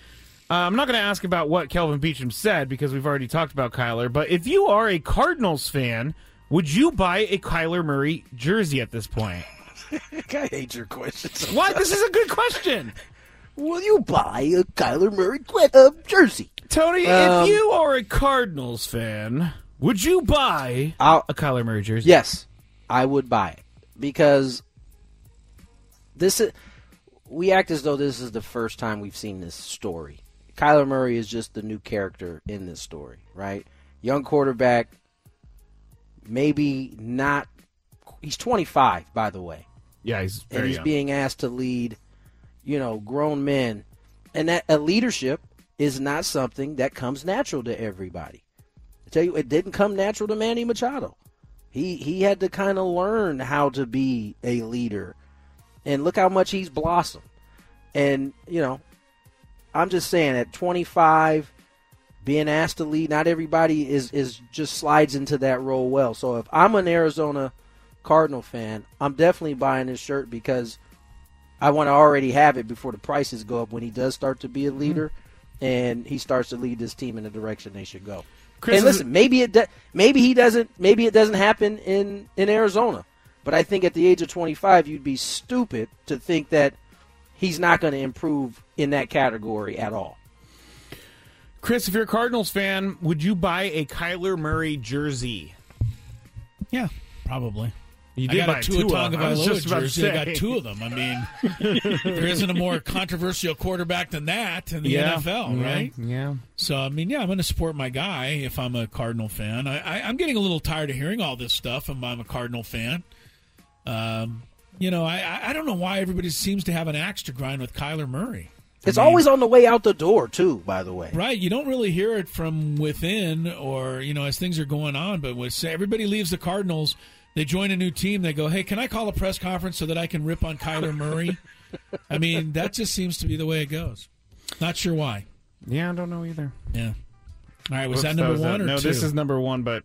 [SPEAKER 4] uh, I'm not going to ask about what Kelvin Beecham said because we've already talked about Kyler. But if you are a Cardinals fan, would you buy a Kyler Murray jersey at this point?
[SPEAKER 3] I hate your questions.
[SPEAKER 4] Why? This is a good question.
[SPEAKER 3] Will you buy a Kyler Murray qu- uh, jersey?
[SPEAKER 4] Tony,
[SPEAKER 3] Um,
[SPEAKER 4] if you are a Cardinals fan, would you buy
[SPEAKER 3] I'll,
[SPEAKER 4] a Kyler Murray jersey?
[SPEAKER 3] Yes, I would buy it because this is, we act as though this is the first time we've seen this story. Kyler Murray is just the new character in this story, right? Young quarterback, maybe not. He's 25, by the way
[SPEAKER 4] Yeah, he's
[SPEAKER 3] and
[SPEAKER 4] very
[SPEAKER 3] he's
[SPEAKER 4] young.
[SPEAKER 3] being asked to lead, you know, grown men, and that a leadership is not something that comes natural to everybody. I tell you, it didn't come natural to Manny Machado. He he had to kind of learn how to be a leader, and look how much he's blossomed. And you know, I'm just saying, at 25, being asked to lead, not everybody is is just slides into that role well. So if I'm an Arizona Cardinal fan, I'm definitely buying his shirt because I want to already have it before the prices go up when he does start to be
[SPEAKER 4] Mm-hmm.
[SPEAKER 3] a leader and he starts to lead this team in the direction they should go.
[SPEAKER 4] Chris,
[SPEAKER 3] and
[SPEAKER 4] is
[SPEAKER 3] listen, maybe it do- maybe he doesn't maybe it doesn't happen in in Arizona, but I think at the age of 25 you'd be stupid to think that he's not going to improve in that category at all.
[SPEAKER 4] Chris, if you're a Cardinals fan, would you buy a Kyler Murray jersey?
[SPEAKER 2] Yeah, probably.
[SPEAKER 4] You
[SPEAKER 2] I
[SPEAKER 4] did
[SPEAKER 2] got
[SPEAKER 4] buy
[SPEAKER 2] a
[SPEAKER 4] two
[SPEAKER 2] Tua
[SPEAKER 4] of them. I was
[SPEAKER 2] Tagovailoa
[SPEAKER 4] just about to
[SPEAKER 2] jersey. I
[SPEAKER 4] say.
[SPEAKER 2] got two of them. I mean, there isn't a more controversial quarterback than that in the
[SPEAKER 4] Yeah. Mm-hmm.
[SPEAKER 2] NFL,
[SPEAKER 4] Yeah.
[SPEAKER 2] right?
[SPEAKER 4] Yeah.
[SPEAKER 2] So I mean, yeah, I'm going to support my guy if I'm a Cardinal fan. I, I, I'm getting a little tired of hearing all this stuff. If I'm a Cardinal fan. Um, you know, I- I, I don't know why everybody seems to have an axe to grind with Kyler Murray.
[SPEAKER 3] It's always on the way out the door, too. By the way,
[SPEAKER 2] Right, you don't really hear it from within, or you know, as things are going on. But with say, everybody leaves the Cardinals, they join a new team. They go, "Hey, can I call a press conference so that I can rip on Kyler Murray?" I mean, that just seems to be the way it goes. Not sure why.
[SPEAKER 4] Yeah, I don't know either.
[SPEAKER 2] Yeah. All right, was
[SPEAKER 4] Whoops,
[SPEAKER 2] that number
[SPEAKER 4] was
[SPEAKER 2] one
[SPEAKER 4] it.
[SPEAKER 2] or
[SPEAKER 4] no?
[SPEAKER 2] two?
[SPEAKER 4] This is number one, but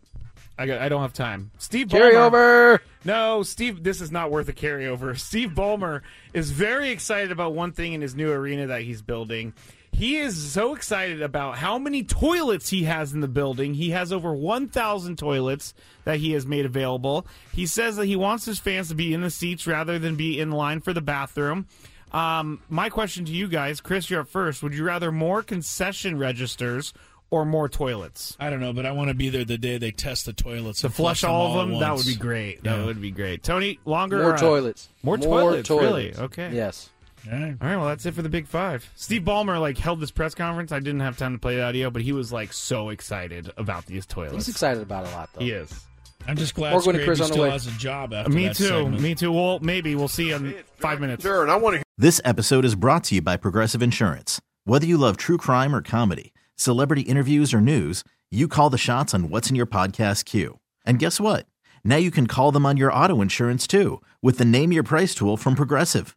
[SPEAKER 4] I got, I don't have time. Steve
[SPEAKER 2] Carry
[SPEAKER 4] Ballmer-
[SPEAKER 2] over.
[SPEAKER 4] No, Steve, this is not worth a carryover. Steve Ballmer is very excited about one thing in his new arena that he's building. He is so excited about how many toilets he has in the building. He has over 1,000 toilets that he has made available. He says that he wants his fans to be in the seats rather than be in line for the bathroom. Um, my question to you guys, Chris, you're up first. Would you rather more concession registers or more toilets?
[SPEAKER 2] I don't know, but I want to be there the day they test the toilets
[SPEAKER 4] To
[SPEAKER 2] and
[SPEAKER 4] flush all of
[SPEAKER 2] at
[SPEAKER 4] them, that would
[SPEAKER 2] once.
[SPEAKER 4] be great. That
[SPEAKER 2] Yeah.
[SPEAKER 4] would be great. Tony, longer
[SPEAKER 3] More
[SPEAKER 4] or, uh,
[SPEAKER 3] toilets.
[SPEAKER 4] More,
[SPEAKER 3] More
[SPEAKER 4] toilets, Really?
[SPEAKER 3] toilets.
[SPEAKER 4] Okay.
[SPEAKER 3] Yes.
[SPEAKER 2] All right.
[SPEAKER 4] Well, that's it for the big five. Steve Ballmer like held this press conference. I didn't have time to play the audio, but he was like so excited about these toilets.
[SPEAKER 3] he's excited about a lot, though.
[SPEAKER 4] He is.
[SPEAKER 2] I'm just glad
[SPEAKER 3] We're going to
[SPEAKER 2] Scraby
[SPEAKER 3] Chris on the
[SPEAKER 2] still
[SPEAKER 3] way.
[SPEAKER 2] has a job after
[SPEAKER 4] Me
[SPEAKER 2] that
[SPEAKER 4] too.
[SPEAKER 2] segment.
[SPEAKER 4] Me too. Well, maybe we'll see you in five minutes.
[SPEAKER 2] Sure,
[SPEAKER 4] and I want to.
[SPEAKER 9] This episode is brought to you by Progressive Insurance. Whether you love true crime or comedy, celebrity interviews or news, you call the shots on what's in your podcast queue. And guess what? Now you can call them on your auto insurance too with the Name Your Price tool from Progressive.